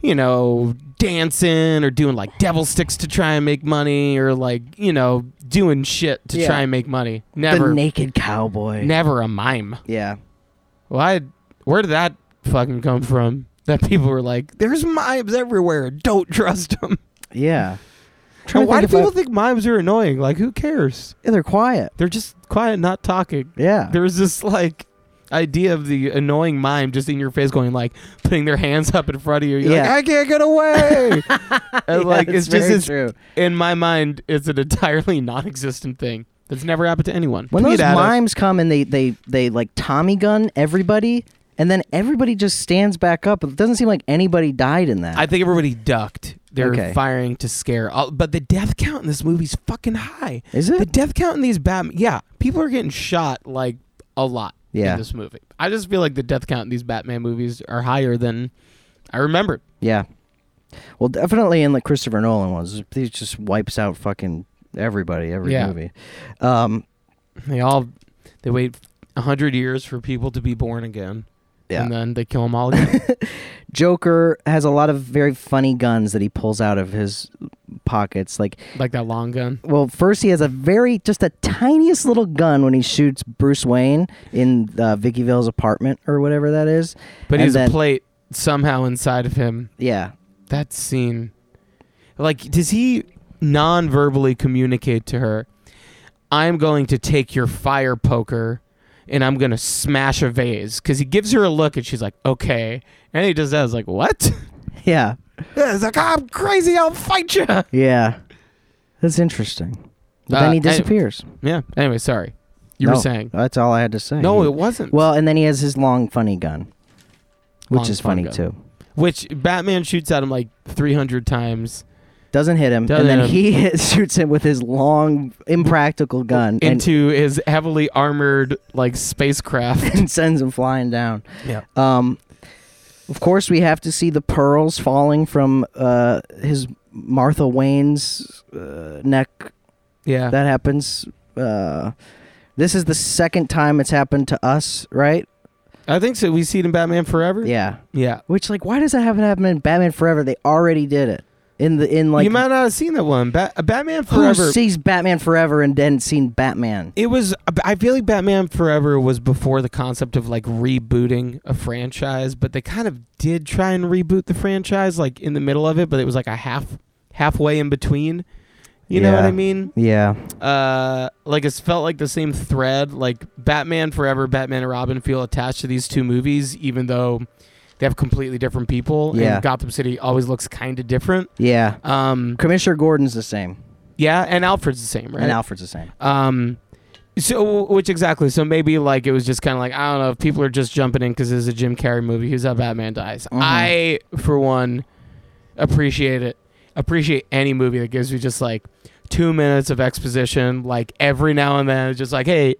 Speaker 2: you know, dancing or doing like devil sticks to try and make money, or like you know, doing shit to
Speaker 1: Yeah.
Speaker 2: try and make money.
Speaker 1: The
Speaker 2: Never,
Speaker 1: naked cowboy.
Speaker 2: never a mime.
Speaker 1: yeah.
Speaker 2: Why? Where did that fucking come from? That people were like, "There's mimes everywhere. Don't trust them."
Speaker 1: Yeah.
Speaker 2: And
Speaker 1: Trying to
Speaker 2: why do
Speaker 1: think
Speaker 2: people
Speaker 1: if I-
Speaker 2: think mimes are annoying? Like, who cares?
Speaker 1: Yeah, they're quiet.
Speaker 2: They're just quiet, not talking.
Speaker 1: Yeah.
Speaker 2: There's this like, idea of the annoying mime just in your face going like putting their hands up in front of you. You're
Speaker 1: Yeah.
Speaker 2: like, I can't get away. And, uh, like
Speaker 1: That's
Speaker 2: it's just
Speaker 1: very
Speaker 2: it's,
Speaker 1: true.
Speaker 2: in my mind, it's an entirely non-existent thing that's never happened to anyone.
Speaker 1: When
Speaker 2: Tweet
Speaker 1: those
Speaker 2: at us.
Speaker 1: mimes come and they they they like Tommy gun everybody, and then everybody just stands back up. It doesn't seem like anybody died in that.
Speaker 2: I think everybody ducked. They're
Speaker 1: Okay.
Speaker 2: firing to scare. all- But the death count in this movie's fucking high.
Speaker 1: Is
Speaker 2: The
Speaker 1: it?
Speaker 2: death count in these Batman, yeah, people are getting shot like a lot
Speaker 1: Yeah.
Speaker 2: in this movie. I just feel like the death count in these Batman movies are higher than I remembered.
Speaker 1: Yeah. Well, definitely in like Christopher Nolan ones, he just wipes out fucking everybody every
Speaker 2: Yeah.
Speaker 1: movie. Um,
Speaker 2: They all they wait hundred years for people to be born again,
Speaker 1: yeah.
Speaker 2: and then they kill them all again.
Speaker 1: Joker has a lot of very funny guns that he pulls out of his pockets. Like,
Speaker 2: like that long gun.
Speaker 1: well, first he has a very just the tiniest little gun when he shoots Bruce Wayne in uh, Vicky Vale's apartment or whatever that is.
Speaker 2: But
Speaker 1: And
Speaker 2: he's
Speaker 1: then-
Speaker 2: a plate somehow inside of him.
Speaker 1: Yeah.
Speaker 2: That scene, like, does he non-verbally communicate to her? I'm going to take your fire poker, and I'm going to smash a vase. Because he gives her a look, and she's like, "Okay," and he does that. I was like, "What?"
Speaker 1: Yeah.
Speaker 2: It's like I'm crazy. I'll fight you.
Speaker 1: Yeah. That's interesting. But
Speaker 2: Uh,
Speaker 1: then he
Speaker 2: any-
Speaker 1: disappears.
Speaker 2: Yeah. Anyway, sorry. You
Speaker 1: No,
Speaker 2: were saying.
Speaker 1: That's all I had to say.
Speaker 2: No,
Speaker 1: He-
Speaker 2: it wasn't.
Speaker 1: Well, and then he has his long funny gun, which
Speaker 2: Long
Speaker 1: is
Speaker 2: fun
Speaker 1: funny
Speaker 2: gun.
Speaker 1: too.
Speaker 2: Which Batman shoots at him like 300 times
Speaker 1: Doesn't hit him,
Speaker 2: Doesn't
Speaker 1: and
Speaker 2: hit
Speaker 1: then
Speaker 2: him.
Speaker 1: he shoots him with his long, impractical gun and,
Speaker 2: into his heavily armored like spacecraft.
Speaker 1: and sends him flying down.
Speaker 2: yeah.
Speaker 1: Um, of course, we have to see the pearls falling from uh, his Martha Wayne's uh, neck.
Speaker 2: Yeah.
Speaker 1: That happens. Uh, this is the second time it's happened to us, right?
Speaker 2: I think so. We see it in Batman Forever.
Speaker 1: Yeah.
Speaker 2: Yeah.
Speaker 1: Which, like, why does that happen happen in Batman Forever? They already did it in the in like Oh,
Speaker 2: you might not have seen that one. Ba- uh, Batman
Speaker 1: Who
Speaker 2: Forever.
Speaker 1: sees Batman Forever and then seen Batman?
Speaker 2: it was. uh, I feel like Batman Forever was before the concept of like rebooting a franchise, but they kind of did try and reboot the franchise like in the middle of it, but it was like a half halfway in between. You know what
Speaker 1: Yeah.
Speaker 2: I mean?
Speaker 1: Yeah,
Speaker 2: Uh, like it's felt like the same thread. Like Batman Forever, Batman and Robin feel attached to these two movies, even though they have completely different people.
Speaker 1: Yeah.
Speaker 2: And Gotham City always looks kind of different.
Speaker 1: yeah.
Speaker 2: Um,
Speaker 1: Commissioner Gordon's the same,
Speaker 2: yeah, and Alfred's the same, right?
Speaker 1: and Alfred's the same.
Speaker 2: um, so which exactly? So maybe like it was just kind of like I don't know if people are just jumping in because this is a Jim Carrey movie. Here's how Batman dies.
Speaker 1: Mhm.
Speaker 2: I for one appreciate it. Appreciate any movie that gives you just like two minutes of exposition. Like every now and then, it's just like, hey,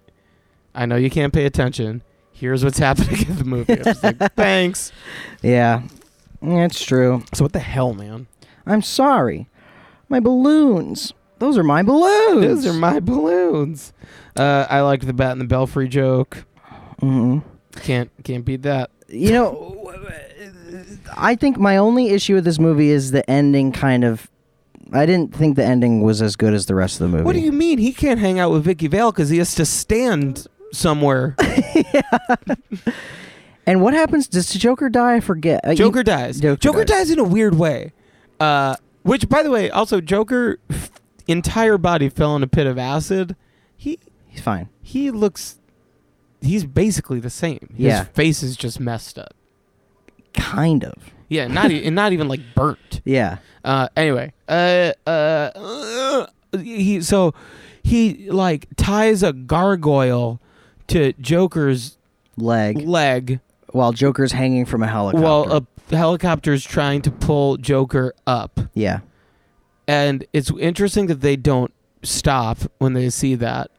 Speaker 2: I know you can't pay attention. Here's what's happening in the movie. I'm just like, Thanks.
Speaker 1: Yeah, that's true.
Speaker 2: So what the hell, man?
Speaker 1: I'm sorry. My balloons. Those are my balloons.
Speaker 2: Those are my balloons. Uh, I liked the bat and the belfry joke.
Speaker 1: Mhm.
Speaker 2: Can't can't beat that.
Speaker 1: You know, I think my only issue with this movie is the ending. Kind of, I didn't think the ending was as good as the rest of the movie.
Speaker 2: What do you mean he can't hang out with Vicky Vale because he has to stand somewhere?
Speaker 1: and what happens? Does the Joker die? I forget. Uh, you-
Speaker 2: Joker dies.
Speaker 1: Joker dies.
Speaker 2: dies. in a weird way. Uh, which, by the way, also Joker f- entire body fell in a pit of acid. He
Speaker 1: he's fine.
Speaker 2: he looks. He's basically the same. His
Speaker 1: Yeah.
Speaker 2: face is just messed up.
Speaker 1: Kind of.
Speaker 2: Yeah, not e- and not even like burnt.
Speaker 1: Yeah.
Speaker 2: Uh, anyway, uh, uh, uh, he so he like ties a gargoyle to Joker's
Speaker 1: Leg.
Speaker 2: leg.
Speaker 1: While Joker's hanging from a helicopter.
Speaker 2: Well, uh, a p- helicopter is trying to pull Joker up,
Speaker 1: yeah.
Speaker 2: and it's interesting that they don't stop when they see that.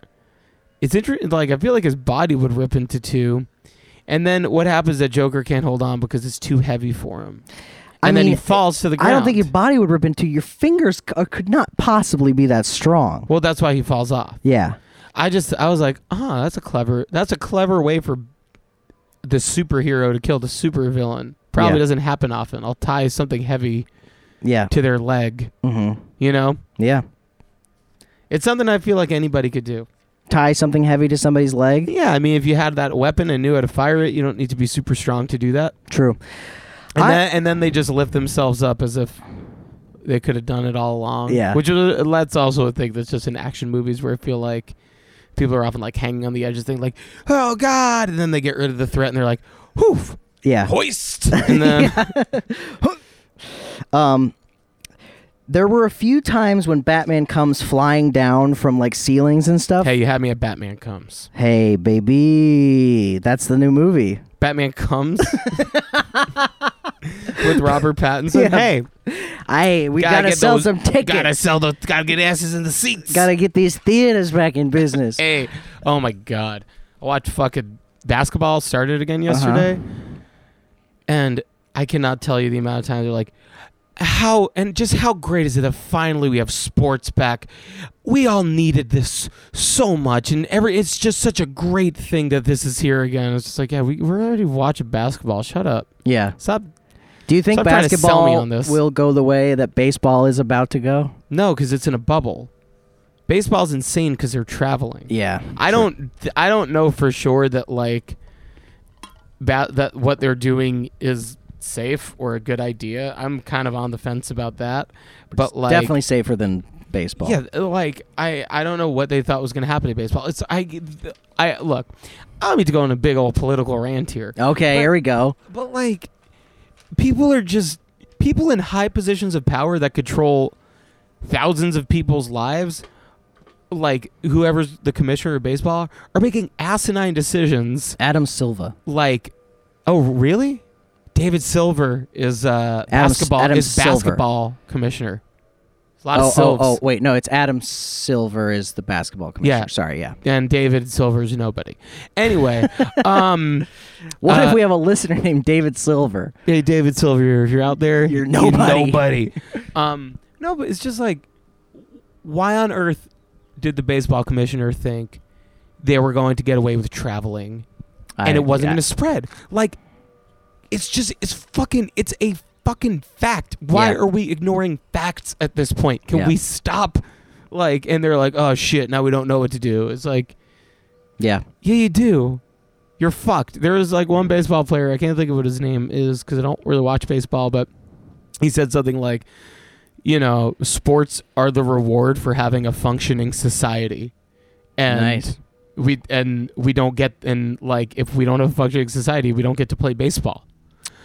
Speaker 2: It's interesting. Like I feel like his body would rip into two, and then what happens is that Joker can't hold on because it's too heavy for him, and
Speaker 1: I
Speaker 2: then he
Speaker 1: mean,
Speaker 2: falls to the ground.
Speaker 1: I don't think your body would rip into your fingers. c- uh, Could not possibly be that strong.
Speaker 2: well, that's why he falls off.
Speaker 1: Yeah,
Speaker 2: I just I was like, ah, that's a clever that's a clever way for the superhero to kill the supervillain. Probably
Speaker 1: Yeah.
Speaker 2: doesn't happen often. I'll tie something heavy
Speaker 1: yeah,
Speaker 2: to their leg,
Speaker 1: mm-hmm.
Speaker 2: you know?
Speaker 1: yeah.
Speaker 2: It's something I feel like anybody could do.
Speaker 1: Tie something heavy to somebody's leg.
Speaker 2: Yeah, I mean, if you had that weapon and knew how to fire it, you don't need to be super strong to do that.
Speaker 1: True.
Speaker 2: And,
Speaker 1: I-
Speaker 2: then, and then they just lift themselves up as if they could have done it all along.
Speaker 1: Yeah.
Speaker 2: Which is, that's also a thing that's just in action movies where I feel like people are often like hanging on the edges, thing like, "Oh God!" and then they get rid of the threat, and they're like, "Whew,
Speaker 1: Yeah.
Speaker 2: hoist!" And then
Speaker 1: Um, there were a few times when Batman comes flying down from like ceilings and stuff.
Speaker 2: hey, you had me at Batman comes.
Speaker 1: Hey, baby, that's the new movie.
Speaker 2: Batman comes with Robert Pattinson.
Speaker 1: Yeah.
Speaker 2: Hey,
Speaker 1: I we
Speaker 2: gotta
Speaker 1: gotta,
Speaker 2: get
Speaker 1: sell
Speaker 2: those-
Speaker 1: some tickets.
Speaker 2: gotta
Speaker 1: Gotta,
Speaker 2: sell the, gotta get asses in the seats.
Speaker 1: get these theaters back in business.
Speaker 2: Hey, oh my god, I watched fucking basketball started again
Speaker 1: Uh-huh.
Speaker 2: yesterday, and I cannot tell you the amount of times they're like, how and just how great is it that finally we have sports back? We all needed this so much, and every it's just such a great thing that this is here again. It's just like, yeah, we, we're already watching basketball. Shut up,
Speaker 1: yeah.
Speaker 2: stop.
Speaker 1: Do you think
Speaker 2: Stop trying to sell me
Speaker 1: basketball
Speaker 2: on this.
Speaker 1: will go the way that baseball is about to go?
Speaker 2: No, because it's in a bubble. Baseball's insane because they're traveling.
Speaker 1: Yeah.
Speaker 2: I don't th- I don't know for sure that like ba- that what they're doing is safe or a good idea. I'm kind of on the fence about that. But like
Speaker 1: Definitely safer than baseball.
Speaker 2: yeah, like I I don't know what they thought was going to happen to baseball. It's I I look, I don't need to go on a big old political rant here.
Speaker 1: Okay,
Speaker 2: But-
Speaker 1: here we go.
Speaker 2: But like, people are just people in high positions of power that control thousands of people's lives. Like whoever's the commissioner of baseball are making asinine decisions.
Speaker 1: Adam Silva.
Speaker 2: Like, oh really? David Silver is uh,
Speaker 1: Adam S-
Speaker 2: basketball
Speaker 1: Adam
Speaker 2: is
Speaker 1: Silver.
Speaker 2: basketball commissioner. A lot
Speaker 1: oh,
Speaker 2: of
Speaker 1: oh,
Speaker 2: Silvs.
Speaker 1: oh, wait, no, it's Adam Silver is the basketball commissioner.
Speaker 2: Yeah.
Speaker 1: Sorry, yeah.
Speaker 2: And David Silver's nobody. Anyway, um,
Speaker 1: What
Speaker 2: Uh,
Speaker 1: if we have a listener named David Silver?
Speaker 2: Hey, David Silver, if you're out there,
Speaker 1: You're nobody.
Speaker 2: nobody. um, no, but it's just like, why on earth did the baseball commissioner think they were going to get away with traveling and
Speaker 1: I-
Speaker 2: it wasn't
Speaker 1: yeah.
Speaker 2: going to spread? Like, it's just, it's fucking, it's a fucking fact. Why
Speaker 1: Yeah.
Speaker 2: are we ignoring facts at this point? Can
Speaker 1: Yeah.
Speaker 2: we stop? Like, and they're like, oh shit, now we don't know what to do. It's like,
Speaker 1: Yeah.
Speaker 2: yeah, you do. You're fucked. There was like one baseball player. I can't think of what his name is because I don't really watch baseball, but he said something like, you know, sports are the reward for having a functioning society, and
Speaker 1: Nice.
Speaker 2: we and we don't get and like if we don't have a functioning society, we don't get to play baseball.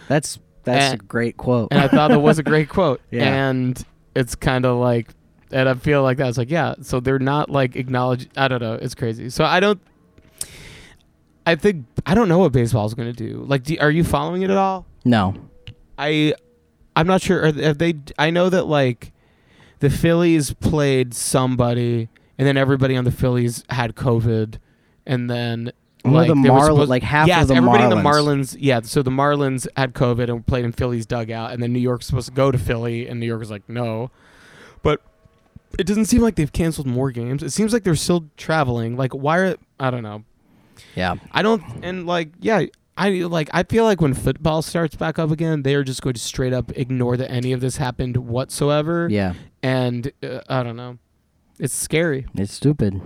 Speaker 1: That's that's
Speaker 2: And-
Speaker 1: a great quote.
Speaker 2: And I thought that was a great quote.
Speaker 1: Yeah.
Speaker 2: And it's kind of like, and I feel like that's like, yeah. So they're not like acknowledge. I don't know. It's crazy. So I don't. I think I don't know what baseball's going to do. Like, do, are you following it at all?
Speaker 1: no.
Speaker 2: I, I'm not sure. Are, have they? I know that like, the Phillies played somebody, and then everybody on the Phillies had COVID, and then
Speaker 1: One of
Speaker 2: like
Speaker 1: the
Speaker 2: they were
Speaker 1: Marlin-
Speaker 2: supposed-
Speaker 1: like, half
Speaker 2: yes,
Speaker 1: of the
Speaker 2: everybody in
Speaker 1: Marlins.
Speaker 2: the Marlins. Yeah, so the Marlins had COVID and played in Phillies dugout, and then New York's supposed to go to Philly, and New York was like no, but it doesn't seem like they've canceled more games. It seems like they're still traveling. Like why are I don't know.
Speaker 1: Yeah.
Speaker 2: I don't and like yeah. I like I feel like when football starts back up again, they are just going to straight up ignore that any of this happened whatsoever.
Speaker 1: Yeah.
Speaker 2: And uh, I don't know. It's scary.
Speaker 1: It's stupid.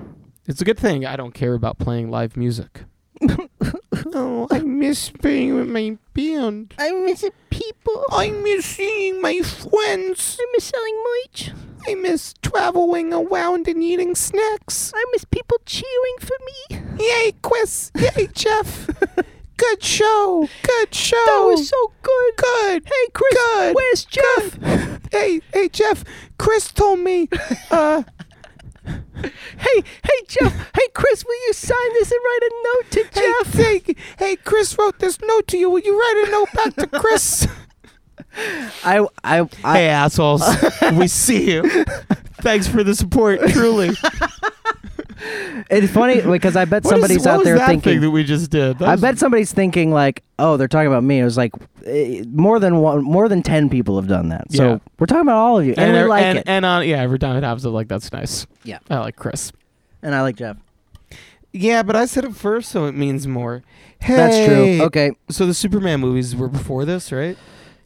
Speaker 2: It's a good thing I don't care about playing live music. oh, I miss being with my band.
Speaker 1: I miss it, people.
Speaker 2: I miss seeing my friends.
Speaker 1: miss selling merch.
Speaker 2: I miss traveling around and eating snacks.
Speaker 1: I miss people cheering for me.
Speaker 2: Yay, Chris. Yay, Jeff. good show. Good show.
Speaker 1: so good.
Speaker 2: good. Hey, Chris. Good.
Speaker 1: Where's Jeff?
Speaker 2: Hey, hey, Jeff. Chris told me. Uh,
Speaker 1: Hey, hey, Jeff. hey, Chris, will you sign this and write a note to
Speaker 2: hey, hey, hey, Chris wrote this note to you. Will you write a note back to Chris?
Speaker 1: I, I, I,
Speaker 2: hey, assholes. we see you. Thanks for the support. Truly.
Speaker 1: it's funny because I bet
Speaker 2: What is-
Speaker 1: somebody's
Speaker 2: what
Speaker 1: out
Speaker 2: was
Speaker 1: there
Speaker 2: that
Speaker 1: thinking.
Speaker 2: thing that we just did. That
Speaker 1: I
Speaker 2: was-
Speaker 1: bet somebody's thinking like, oh, they're talking about me. It was like eh, more than one, more than ten people have done that. So
Speaker 2: Yeah.
Speaker 1: we're talking about all of you, and, we
Speaker 2: every-
Speaker 1: like
Speaker 2: and,
Speaker 1: it.
Speaker 2: And on, yeah, every time it happens, I'm like, that's nice.
Speaker 1: yeah,
Speaker 2: I like Chris.
Speaker 1: and I like Jeff.
Speaker 2: Yeah, but I said it first, so it means more.
Speaker 1: That's true. Okay.
Speaker 2: So the Superman movies were before this, right?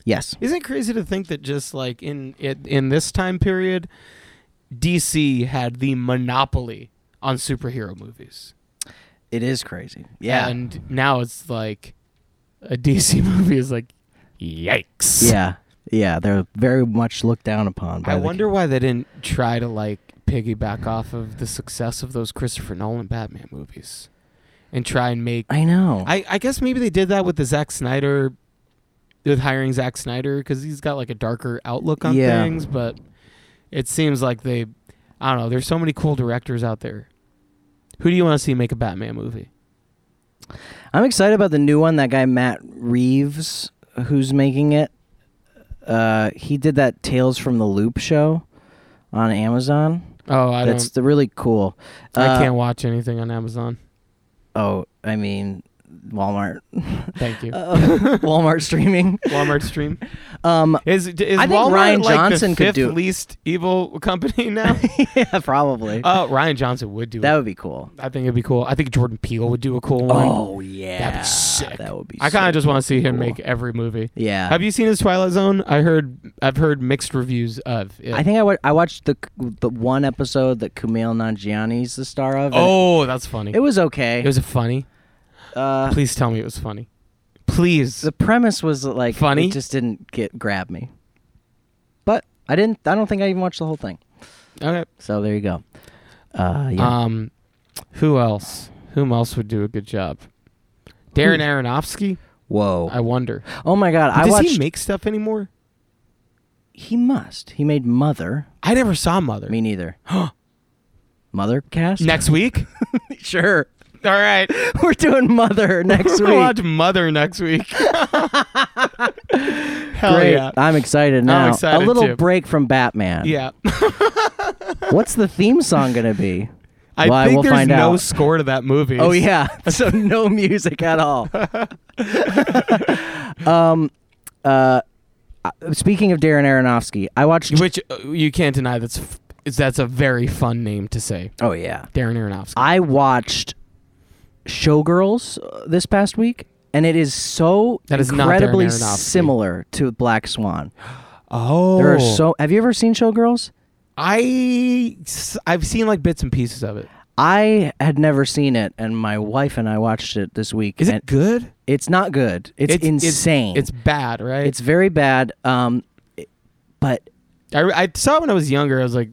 Speaker 1: Yes.
Speaker 2: Isn't it crazy to think that just like in it in this time period, DC had the monopoly on superhero movies.
Speaker 1: It is crazy. Yeah.
Speaker 2: And now it's like a DC movie is like yikes.
Speaker 1: yeah. Yeah. They're very much looked down upon. By
Speaker 2: I
Speaker 1: the-
Speaker 2: wonder why they didn't try to like piggyback off of the success of those Christopher Nolan Batman movies and try and make.
Speaker 1: I know.
Speaker 2: I, I guess maybe they did that with the Zack Snyder, with hiring Zack Snyder because he's got like a darker outlook on
Speaker 1: Yeah.
Speaker 2: things, but it seems like they. I don't know. There's so many cool directors out there. Who do you want to see make a Batman movie?
Speaker 1: I'm excited about the new one. That guy Matt Reeves, who's making it. Uh, he did that Tales from the Loop show on Amazon.
Speaker 2: Oh, I
Speaker 1: That's the really cool.
Speaker 2: don't. I
Speaker 1: Uh,
Speaker 2: can't watch anything on Amazon.
Speaker 1: Oh, I mean, Walmart.
Speaker 2: Thank you.
Speaker 1: Uh, Walmart streaming.
Speaker 2: Walmart stream.
Speaker 1: Um,
Speaker 2: Is is
Speaker 1: I think
Speaker 2: Walmart
Speaker 1: Ryan
Speaker 2: like
Speaker 1: Johnson
Speaker 2: the
Speaker 1: could
Speaker 2: fifth
Speaker 1: do it.
Speaker 2: least evil company now?
Speaker 1: yeah, probably.
Speaker 2: uh, Ryan Johnson would do
Speaker 1: that
Speaker 2: it.
Speaker 1: would be cool.
Speaker 2: I think it'd be cool. I think Jordan Peele would do a cool one.
Speaker 1: Oh yeah,
Speaker 2: sick.
Speaker 1: That would be.
Speaker 2: I kind of
Speaker 1: sick.
Speaker 2: just want to see him
Speaker 1: cool.
Speaker 2: make every movie.
Speaker 1: Yeah.
Speaker 2: Have you seen his Twilight Zone? I heard I've heard mixed reviews of it.
Speaker 1: I think I wa- I watched the the one episode that Kumail Nanjiani's the star of. and
Speaker 2: oh, that's funny.
Speaker 1: it, was okay.
Speaker 2: It was funny.
Speaker 1: uh,
Speaker 2: Please tell me it was funny. Please.
Speaker 1: the premise was like
Speaker 2: Funny?
Speaker 1: It just didn't get grab me. But I didn't. I don't think I even watched the whole thing.
Speaker 2: Okay.
Speaker 1: So there you go. Uh, yeah.
Speaker 2: Um, who else? Whom else would do a good job? Darren Aronofsky.
Speaker 1: Whoa.
Speaker 2: I wonder.
Speaker 1: oh my God. I
Speaker 2: Does
Speaker 1: watched.
Speaker 2: he make stuff anymore?
Speaker 1: he must. He made Mother.
Speaker 2: I never saw Mother.
Speaker 1: Me neither. Mother cast?
Speaker 2: Next week?
Speaker 1: sure.
Speaker 2: All right.
Speaker 1: We're doing Mother next
Speaker 2: We'll
Speaker 1: week.
Speaker 2: watch Mother next week. Hell
Speaker 1: Great.
Speaker 2: oh, yeah.
Speaker 1: I'm excited now.
Speaker 2: excited
Speaker 1: A little
Speaker 2: too.
Speaker 1: break from Batman.
Speaker 2: Yeah.
Speaker 1: What's the theme song going to be?
Speaker 2: I
Speaker 1: Well, I
Speaker 2: think
Speaker 1: will
Speaker 2: there's
Speaker 1: find
Speaker 2: no
Speaker 1: out.
Speaker 2: score to that movie.
Speaker 1: Oh yeah. So no music at all. um uh speaking of Darren Aronofsky, I watched
Speaker 2: Which uh, you can't deny that's f- is- that's a very fun name to say.
Speaker 1: Oh yeah.
Speaker 2: Darren Aronofsky.
Speaker 1: I watched Showgirls uh, this past week and it is so
Speaker 2: That is not Darren
Speaker 1: incredibly
Speaker 2: Aronofsky.
Speaker 1: similar to Black Swan.
Speaker 2: oh.
Speaker 1: There are so Have you ever seen Showgirls?
Speaker 2: I s- I've seen like bits and pieces of it.
Speaker 1: I had never seen it and my wife and I watched it this week
Speaker 2: Is
Speaker 1: and
Speaker 2: it good?
Speaker 1: it's not good. It's, insane.
Speaker 2: It's, bad, right?
Speaker 1: it's very bad um it- but
Speaker 2: I, I saw it when I was younger. I was like,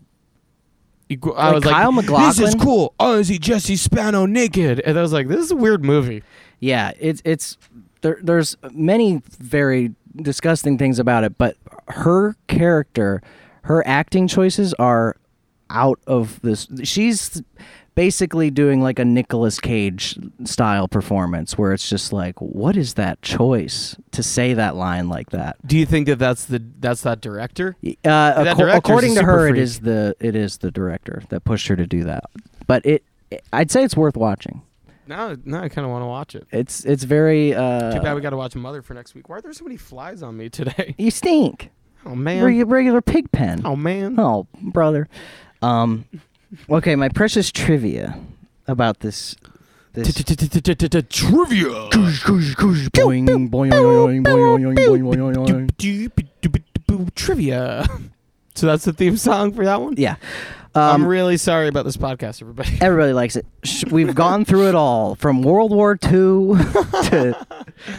Speaker 2: you gr- I
Speaker 1: Like
Speaker 2: was
Speaker 1: Kyle
Speaker 2: like, this is
Speaker 1: MacLachlan?
Speaker 2: cool. Oh, is he Jesse Spano naked? And I was like, this is a weird movie.
Speaker 1: Yeah, it's it's there, there's many very disgusting things about it, but her character, her acting choices are out of this. She's basically doing like a Nicolas Cage style performance where it's just like, what is that choice to say that line like that?
Speaker 2: Do you think that that's the that's that director?
Speaker 1: Uh,
Speaker 2: That
Speaker 1: acco-
Speaker 2: director's
Speaker 1: according
Speaker 2: a
Speaker 1: to
Speaker 2: super
Speaker 1: her,
Speaker 2: freak.
Speaker 1: it is the it is the director that pushed her to do that. But it, I'd say it's worth watching.
Speaker 2: No, no, I kind of want to watch it.
Speaker 1: It's it's very. Uh,
Speaker 2: Too bad we got to watch Mother for next week. Why are there so many flies on me today?
Speaker 1: you stink.
Speaker 2: Oh man.
Speaker 1: Regu- regular pig pen.
Speaker 2: oh man.
Speaker 1: Oh, brother. Um, okay, my precious trivia about this. This.
Speaker 2: Trivia.
Speaker 1: Boing, boing, boing, boing, boing, boing, boing, boing, boing.
Speaker 2: Trivia. So that's the theme song for that one.
Speaker 1: Yeah.
Speaker 2: I'm
Speaker 1: Um,
Speaker 2: really sorry about this podcast, everybody.
Speaker 1: everybody likes it. Sh- We've gone through it all from World War II to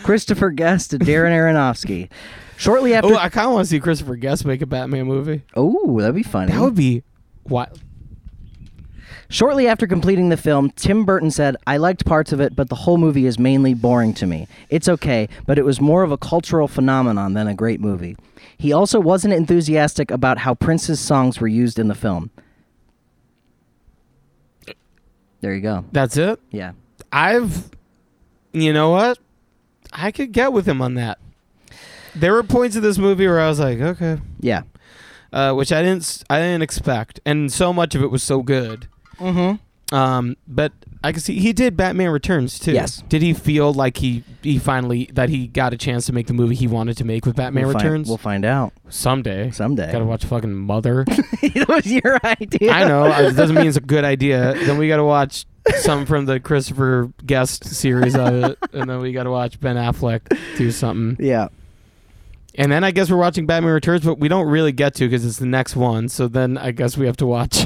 Speaker 1: Christopher Guest to Darren Aronofsky. Shortly
Speaker 2: Oh,
Speaker 1: after.
Speaker 2: I kind of want to see Christopher Guest make a Batman movie.
Speaker 1: Oh, that'd be funny.
Speaker 2: That would be wild.
Speaker 1: Shortly after completing the film, Tim Burton said, I liked parts of it, but the whole movie is mainly boring to me. It's okay, but it was more of a cultural phenomenon than a great movie. He also wasn't enthusiastic about how Prince's songs were used in the film. There you go.
Speaker 2: That's it.
Speaker 1: Yeah.
Speaker 2: I've, you know what, I could get with him on that. There were points of this movie where I was like, okay,
Speaker 1: Yeah.
Speaker 2: uh, which I didn't, s- I didn't expect, and so much of it was so good.
Speaker 1: Mm
Speaker 2: Um, but I could see he did Batman Returns too.
Speaker 1: Yes.
Speaker 2: Did he feel like he he finally that he got a chance to make the movie he wanted to make with Batman
Speaker 1: we'll
Speaker 2: Returns
Speaker 1: Find, we'll find out
Speaker 2: someday?
Speaker 1: someday.
Speaker 2: Gotta watch fucking Mother.
Speaker 1: that was your idea.
Speaker 2: I know. It doesn't mean it's a good idea. Then we got to watch some from the Christopher Guest series of it, and then we got to watch Ben Affleck do something.
Speaker 1: Yeah.
Speaker 2: And then I guess we're watching Batman Returns, but we don't really get to because it's the next one. So then I guess we have to watch.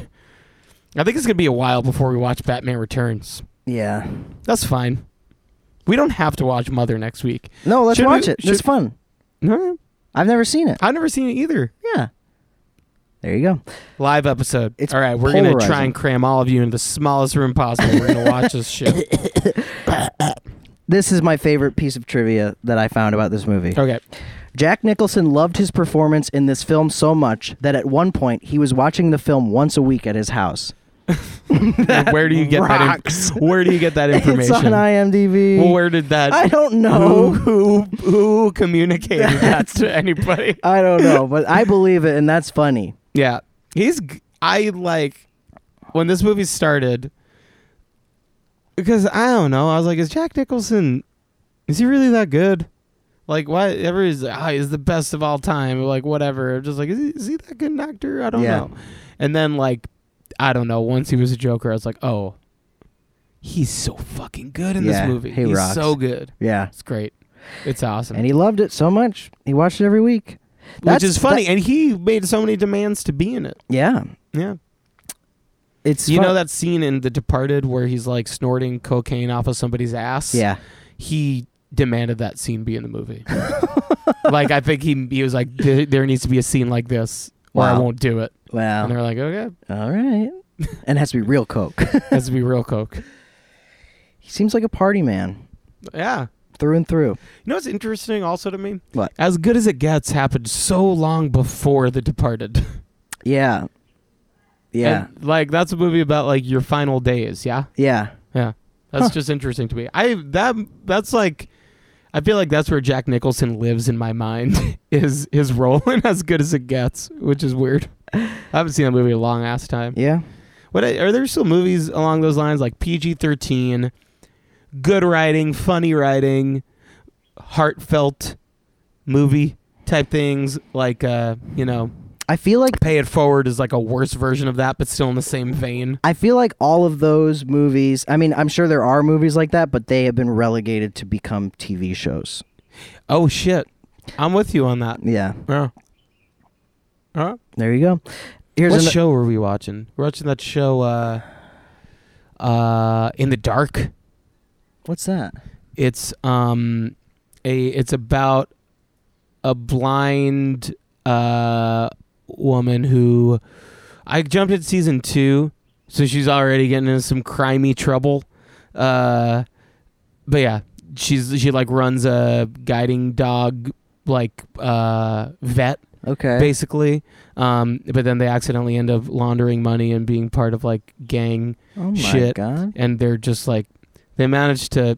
Speaker 2: I think it's gonna be a while before we watch Batman Returns.
Speaker 1: Yeah.
Speaker 2: That's fine. We don't have to watch Mother next week.
Speaker 1: No, let's
Speaker 2: Should we-
Speaker 1: watch it. It's
Speaker 2: should-
Speaker 1: fun.
Speaker 2: No,
Speaker 1: I've never seen it.
Speaker 2: I've never seen it either.
Speaker 1: Yeah. There you go.
Speaker 2: Live episode.
Speaker 1: It's
Speaker 2: all right, we're gonna try
Speaker 1: polarizing.
Speaker 2: and cram all of you in the smallest room possible. We're gonna watch this shit.
Speaker 1: This is my favorite piece of trivia that I found about this movie.
Speaker 2: Okay.
Speaker 1: Jack Nicholson loved his performance in this film so much that at one point he was watching the film once a week at his house.
Speaker 2: where do you get
Speaker 1: rocks.
Speaker 2: that? In- where do you get that information?
Speaker 1: It's on IMDb.
Speaker 2: Well, where did that?
Speaker 1: I don't know.
Speaker 2: who who, who communicated that to anybody.
Speaker 1: I don't know, but I believe it, and that's funny.
Speaker 2: Yeah, he's. g- I like when this movie started because I don't know. I was like, is Jack Nicholson? Is he really that good? Like, why? Everybody's like, oh, he's the best of all time. Like, whatever. I'm just like, is he, is he that good an actor? I don't
Speaker 1: Yeah.
Speaker 2: know. And then like, I don't know. Once he was a Joker, I was like, oh, he's so fucking good in
Speaker 1: Yeah,
Speaker 2: this movie.
Speaker 1: he
Speaker 2: he's
Speaker 1: rocks.
Speaker 2: so good.
Speaker 1: Yeah.
Speaker 2: It's great. It's awesome.
Speaker 1: And he loved it so much. He watched it every week. That's-
Speaker 2: Which is funny. and he made so many demands to be in it.
Speaker 1: Yeah.
Speaker 2: Yeah.
Speaker 1: It's
Speaker 2: you
Speaker 1: fun-
Speaker 2: know that scene in The Departed where he's like snorting cocaine off of somebody's ass?
Speaker 1: Yeah.
Speaker 2: He demanded that scene be in the movie. like, I think he, he was like, there, there needs to be a scene like this or I
Speaker 1: Wow.
Speaker 2: won't do it.
Speaker 1: Wow.
Speaker 2: And they're like, okay,
Speaker 1: All right. and it has to be real coke.
Speaker 2: has to be real coke.
Speaker 1: he seems like a party man
Speaker 2: Yeah.
Speaker 1: through and through.
Speaker 2: You know what's interesting also to me?
Speaker 1: What?
Speaker 2: As Good as It Gets happened so long before The Departed.
Speaker 1: Yeah. Yeah.
Speaker 2: And, like, that's a movie about like your final days. Yeah.
Speaker 1: yeah.
Speaker 2: Yeah, that's
Speaker 1: Huh.
Speaker 2: just interesting to me. I that that's like, I feel like that's where Jack Nicholson lives in my mind is his role in As Good as It Gets, which is weird. I haven't seen that movie in a long ass time.
Speaker 1: Yeah.
Speaker 2: What are there still movies along those lines like PG thirteen, good writing, funny writing, heartfelt movie type things like uh you know
Speaker 1: I feel like
Speaker 2: Pay It Forward is like a worse version of that, but still in the same vein.
Speaker 1: I feel like all of those movies. I mean, I'm sure there are movies like that, but they have been relegated to become TV shows.
Speaker 2: Oh shit, I'm with you on that.
Speaker 1: Yeah.
Speaker 2: Yeah. Huh?
Speaker 1: There you go. Here's
Speaker 2: what
Speaker 1: ano-
Speaker 2: show were we watching? We're watching that show uh uh In the Dark.
Speaker 1: What's that?
Speaker 2: It's um a it's about a blind uh woman who I jumped at season 2, so she's already getting into some crimey trouble. Uh but yeah, she's she like runs a guiding dog like uh vet
Speaker 1: Okay.
Speaker 2: basically. Um, but then they accidentally end up laundering money and being part of like gang,
Speaker 1: oh my
Speaker 2: shit.
Speaker 1: god.
Speaker 2: and they're just like they manage to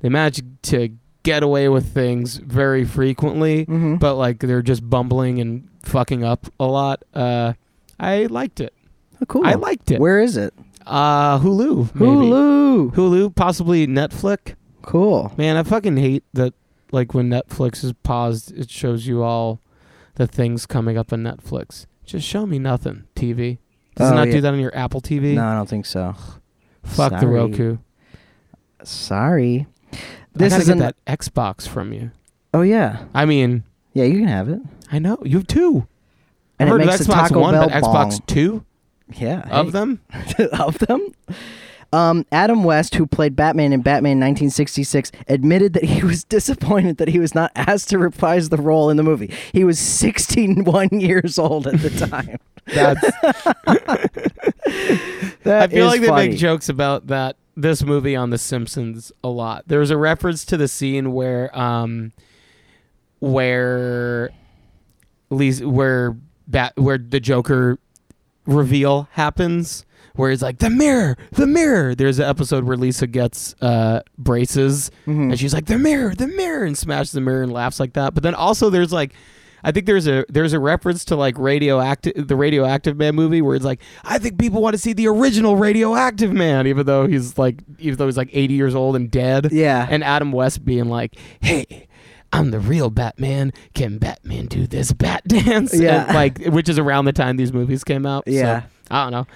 Speaker 2: they manage to get away with things very frequently,
Speaker 1: Mm-hmm.
Speaker 2: but like they're just bumbling and fucking up a lot. Uh, I liked it.
Speaker 1: oh, cool.
Speaker 2: I liked it.
Speaker 1: Where is it?
Speaker 2: Uh, Hulu. maybe.
Speaker 1: Hulu.
Speaker 2: Hulu. Possibly Netflix.
Speaker 1: Cool.
Speaker 2: Man, I fucking hate that. Like when Netflix is paused, it shows you all the things coming up on Netflix. Just show me nothing, TV. Does it
Speaker 1: Oh,
Speaker 2: not
Speaker 1: yeah.
Speaker 2: do that on your Apple TV?
Speaker 1: No, I don't think so.
Speaker 2: Fuck the
Speaker 1: Sorry.
Speaker 2: Roku.
Speaker 1: Sorry.
Speaker 2: This
Speaker 1: This
Speaker 2: I gotta
Speaker 1: is
Speaker 2: get
Speaker 1: an-
Speaker 2: that Xbox from you.
Speaker 1: Oh yeah.
Speaker 2: I mean,
Speaker 1: Yeah, you can have it.
Speaker 2: I know you have two.
Speaker 1: And
Speaker 2: I've
Speaker 1: it
Speaker 2: heard
Speaker 1: makes
Speaker 2: of
Speaker 1: a
Speaker 2: Xbox
Speaker 1: Taco
Speaker 2: One,
Speaker 1: Bell
Speaker 2: but Xbox
Speaker 1: bong.
Speaker 2: Two
Speaker 1: Yeah.
Speaker 2: of them.
Speaker 1: them. of them. Um, Adam West, who played Batman in Batman 1966, admitted that he was disappointed that he was not asked to reprise the role in the movie. He was 61 years old at the time.
Speaker 2: That's,
Speaker 1: That
Speaker 2: I feel
Speaker 1: is
Speaker 2: like they
Speaker 1: funny.
Speaker 2: make jokes about that this movie on The Simpsons a lot. There's a reference to the scene where um where Lisa, where bat where the Joker reveal happens where he's like the mirror the mirror there's an episode where lisa gets uh braces
Speaker 1: Mhm.
Speaker 2: and she's like the mirror the mirror and smashes the mirror and laughs like that but then also there's like i think there's a there's a reference to like radioactive the radioactive man movie where it's like i think people want to see the original radioactive man even though he's like even though he's like 80 years old and dead
Speaker 1: Yeah.
Speaker 2: and adam west being like hey I'm the real Batman. Can Batman do this bat dance? And,
Speaker 1: Yeah.
Speaker 2: like which is around the time these movies came out. So,
Speaker 1: Yeah.
Speaker 2: I don't know.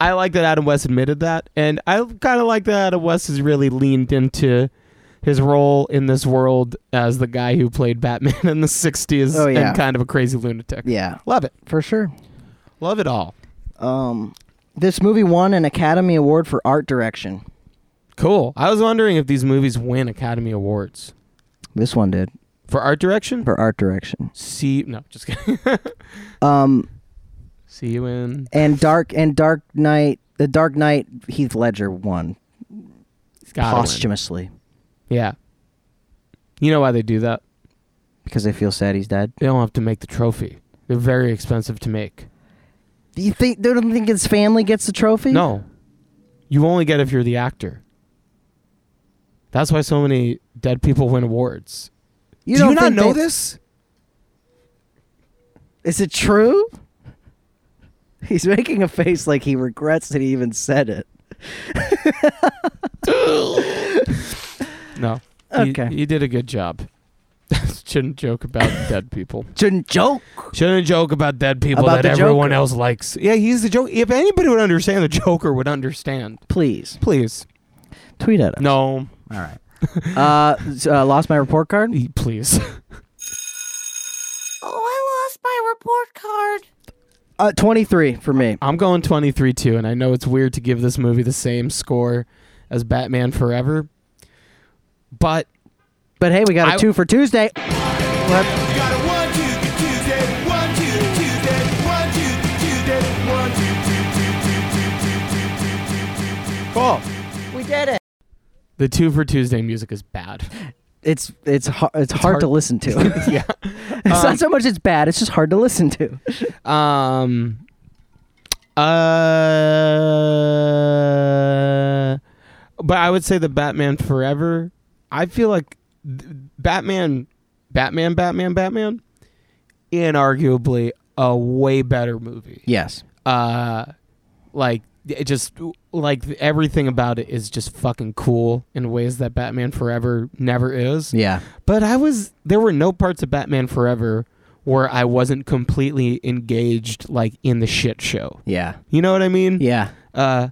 Speaker 2: I like that Adam West admitted that, and I kind of like that Adam West has really leaned into his role in this world as the guy who played Batman in the '60s
Speaker 1: Oh, yeah.
Speaker 2: and kind of a crazy lunatic.
Speaker 1: yeah,
Speaker 2: Love it,
Speaker 1: for sure.
Speaker 2: love it all.
Speaker 1: Um, this movie won an Academy Award for art direction.
Speaker 2: Cool. I was wondering if these movies win Academy Awards
Speaker 1: This one did
Speaker 2: for art direction.
Speaker 1: for art direction.
Speaker 2: See, no, just kidding.
Speaker 1: Um,
Speaker 2: See you in.
Speaker 1: And Dark and Dark Knight, the Dark Knight, Heath Ledger won
Speaker 2: It's gotta win.
Speaker 1: posthumously
Speaker 2: Yeah. You know why they do that?
Speaker 1: because they feel sad he's dead.
Speaker 2: They don't have to make the trophy. They're very expensive to make.
Speaker 1: Do you think they don't think his family gets the trophy?
Speaker 2: No. You only get if you're the actor. That's why so many dead people win awards.
Speaker 1: you
Speaker 2: do
Speaker 1: don't
Speaker 2: you not
Speaker 1: think
Speaker 2: know
Speaker 1: they-
Speaker 2: this?
Speaker 1: Is it true? He's making a face like he regrets that he even said it.
Speaker 2: No. He-
Speaker 1: Okay.
Speaker 2: He, did a good job. Shouldn't joke about dead people.
Speaker 1: Shouldn't joke.
Speaker 2: Shouldn't joke about dead people
Speaker 1: About
Speaker 2: that
Speaker 1: the
Speaker 2: everyone
Speaker 1: Joker.
Speaker 2: else likes. Yeah, he's the joke. If anybody would understand, the Joker would understand.
Speaker 1: Please
Speaker 2: Please.
Speaker 1: tweet at us.
Speaker 2: No.
Speaker 1: All right. uh, s- uh, lost my report card.
Speaker 2: E- Please.
Speaker 3: Oh, I lost my report card.
Speaker 1: Uh, Twenty three for me.
Speaker 2: I'm going 23 2, and I know it's weird to give this movie the same score as Batman Forever, but
Speaker 1: But hey, we got a
Speaker 2: I-
Speaker 1: two for Tuesday.
Speaker 4: Got a one, two, two, Tuesday, one, two, Tuesday, one, two, Tuesday, one, two, two, two, two, two, two, two, two, two, two, two.
Speaker 1: Cool. We did it.
Speaker 2: the Two for Tuesday music is bad.
Speaker 1: It's it's har- it's, hard,
Speaker 2: hard. Um,
Speaker 1: to listen to. it's
Speaker 2: yeah.
Speaker 1: not so much it's bad. It's just hard to listen to.
Speaker 2: Um. Uh. But I would say the Batman Forever. I feel like th- Batman, Batman, Batman, Batman, inarguably a way better movie.
Speaker 1: Yes.
Speaker 2: uh like it just like everything about it is just fucking cool in ways that Batman Forever never is.
Speaker 1: Yeah.
Speaker 2: But I was there were no parts of Batman Forever where I wasn't completely engaged like in the shit show.
Speaker 1: Yeah.
Speaker 2: You know what I mean?
Speaker 1: Yeah.
Speaker 2: Uh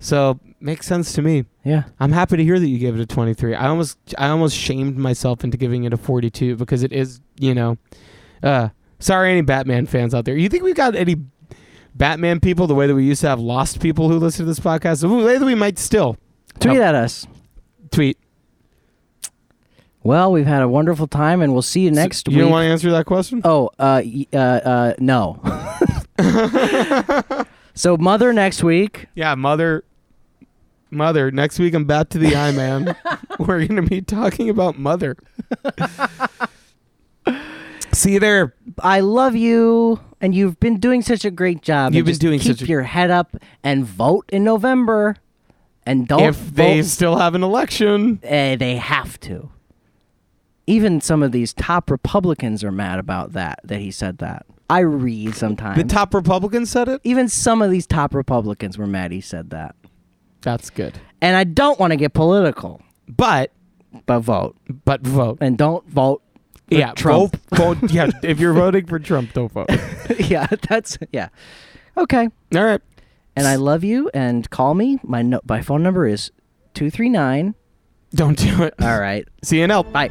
Speaker 2: so makes sense to me.
Speaker 1: Yeah.
Speaker 2: I'm happy to hear that you gave it a 23. I almost I almost shamed myself into giving it a 42 because it is, you know, uh sorry any Batman fans out there. You think we've got any Batman people the way that we used to have lost people who listen to this podcast? The way that we might still
Speaker 1: Tweet
Speaker 2: Nope.
Speaker 1: at us.
Speaker 2: tweet.
Speaker 1: Well, we've had a wonderful time, and we'll see you next
Speaker 2: So,
Speaker 1: week.
Speaker 2: You don't want to answer that question?
Speaker 1: Oh, uh, y- uh, uh, no. so mother next week.
Speaker 2: Yeah, mother mother, next week I'm back to the eye man. We're going to be talking about mother. See you there.
Speaker 1: I love you, and you've been doing such a great job. and
Speaker 2: You've been
Speaker 1: just
Speaker 2: doing
Speaker 1: keep
Speaker 2: such a-
Speaker 1: your head up and vote in November, and don't
Speaker 2: If they
Speaker 1: vote.
Speaker 2: still have an election.
Speaker 1: Uh, they have to. Even some of these top Republicans are mad about that. That he said that. I read sometimes.
Speaker 2: The top Republican said it?
Speaker 1: Even some of these top Republicans were mad he said that.
Speaker 2: That's good.
Speaker 1: And I don't want to get political,
Speaker 2: But
Speaker 1: but vote
Speaker 2: but vote.
Speaker 1: and don't vote. for
Speaker 2: yeah,
Speaker 1: Trump.
Speaker 2: Vote, vote. Yeah, if you're voting for Trump, don't vote.
Speaker 1: yeah, that's yeah. Okay.
Speaker 2: All right.
Speaker 1: And I love you and call me. My no- my phone number is 239.
Speaker 2: Don't do it.
Speaker 1: All right.
Speaker 2: CNL.
Speaker 1: Bye.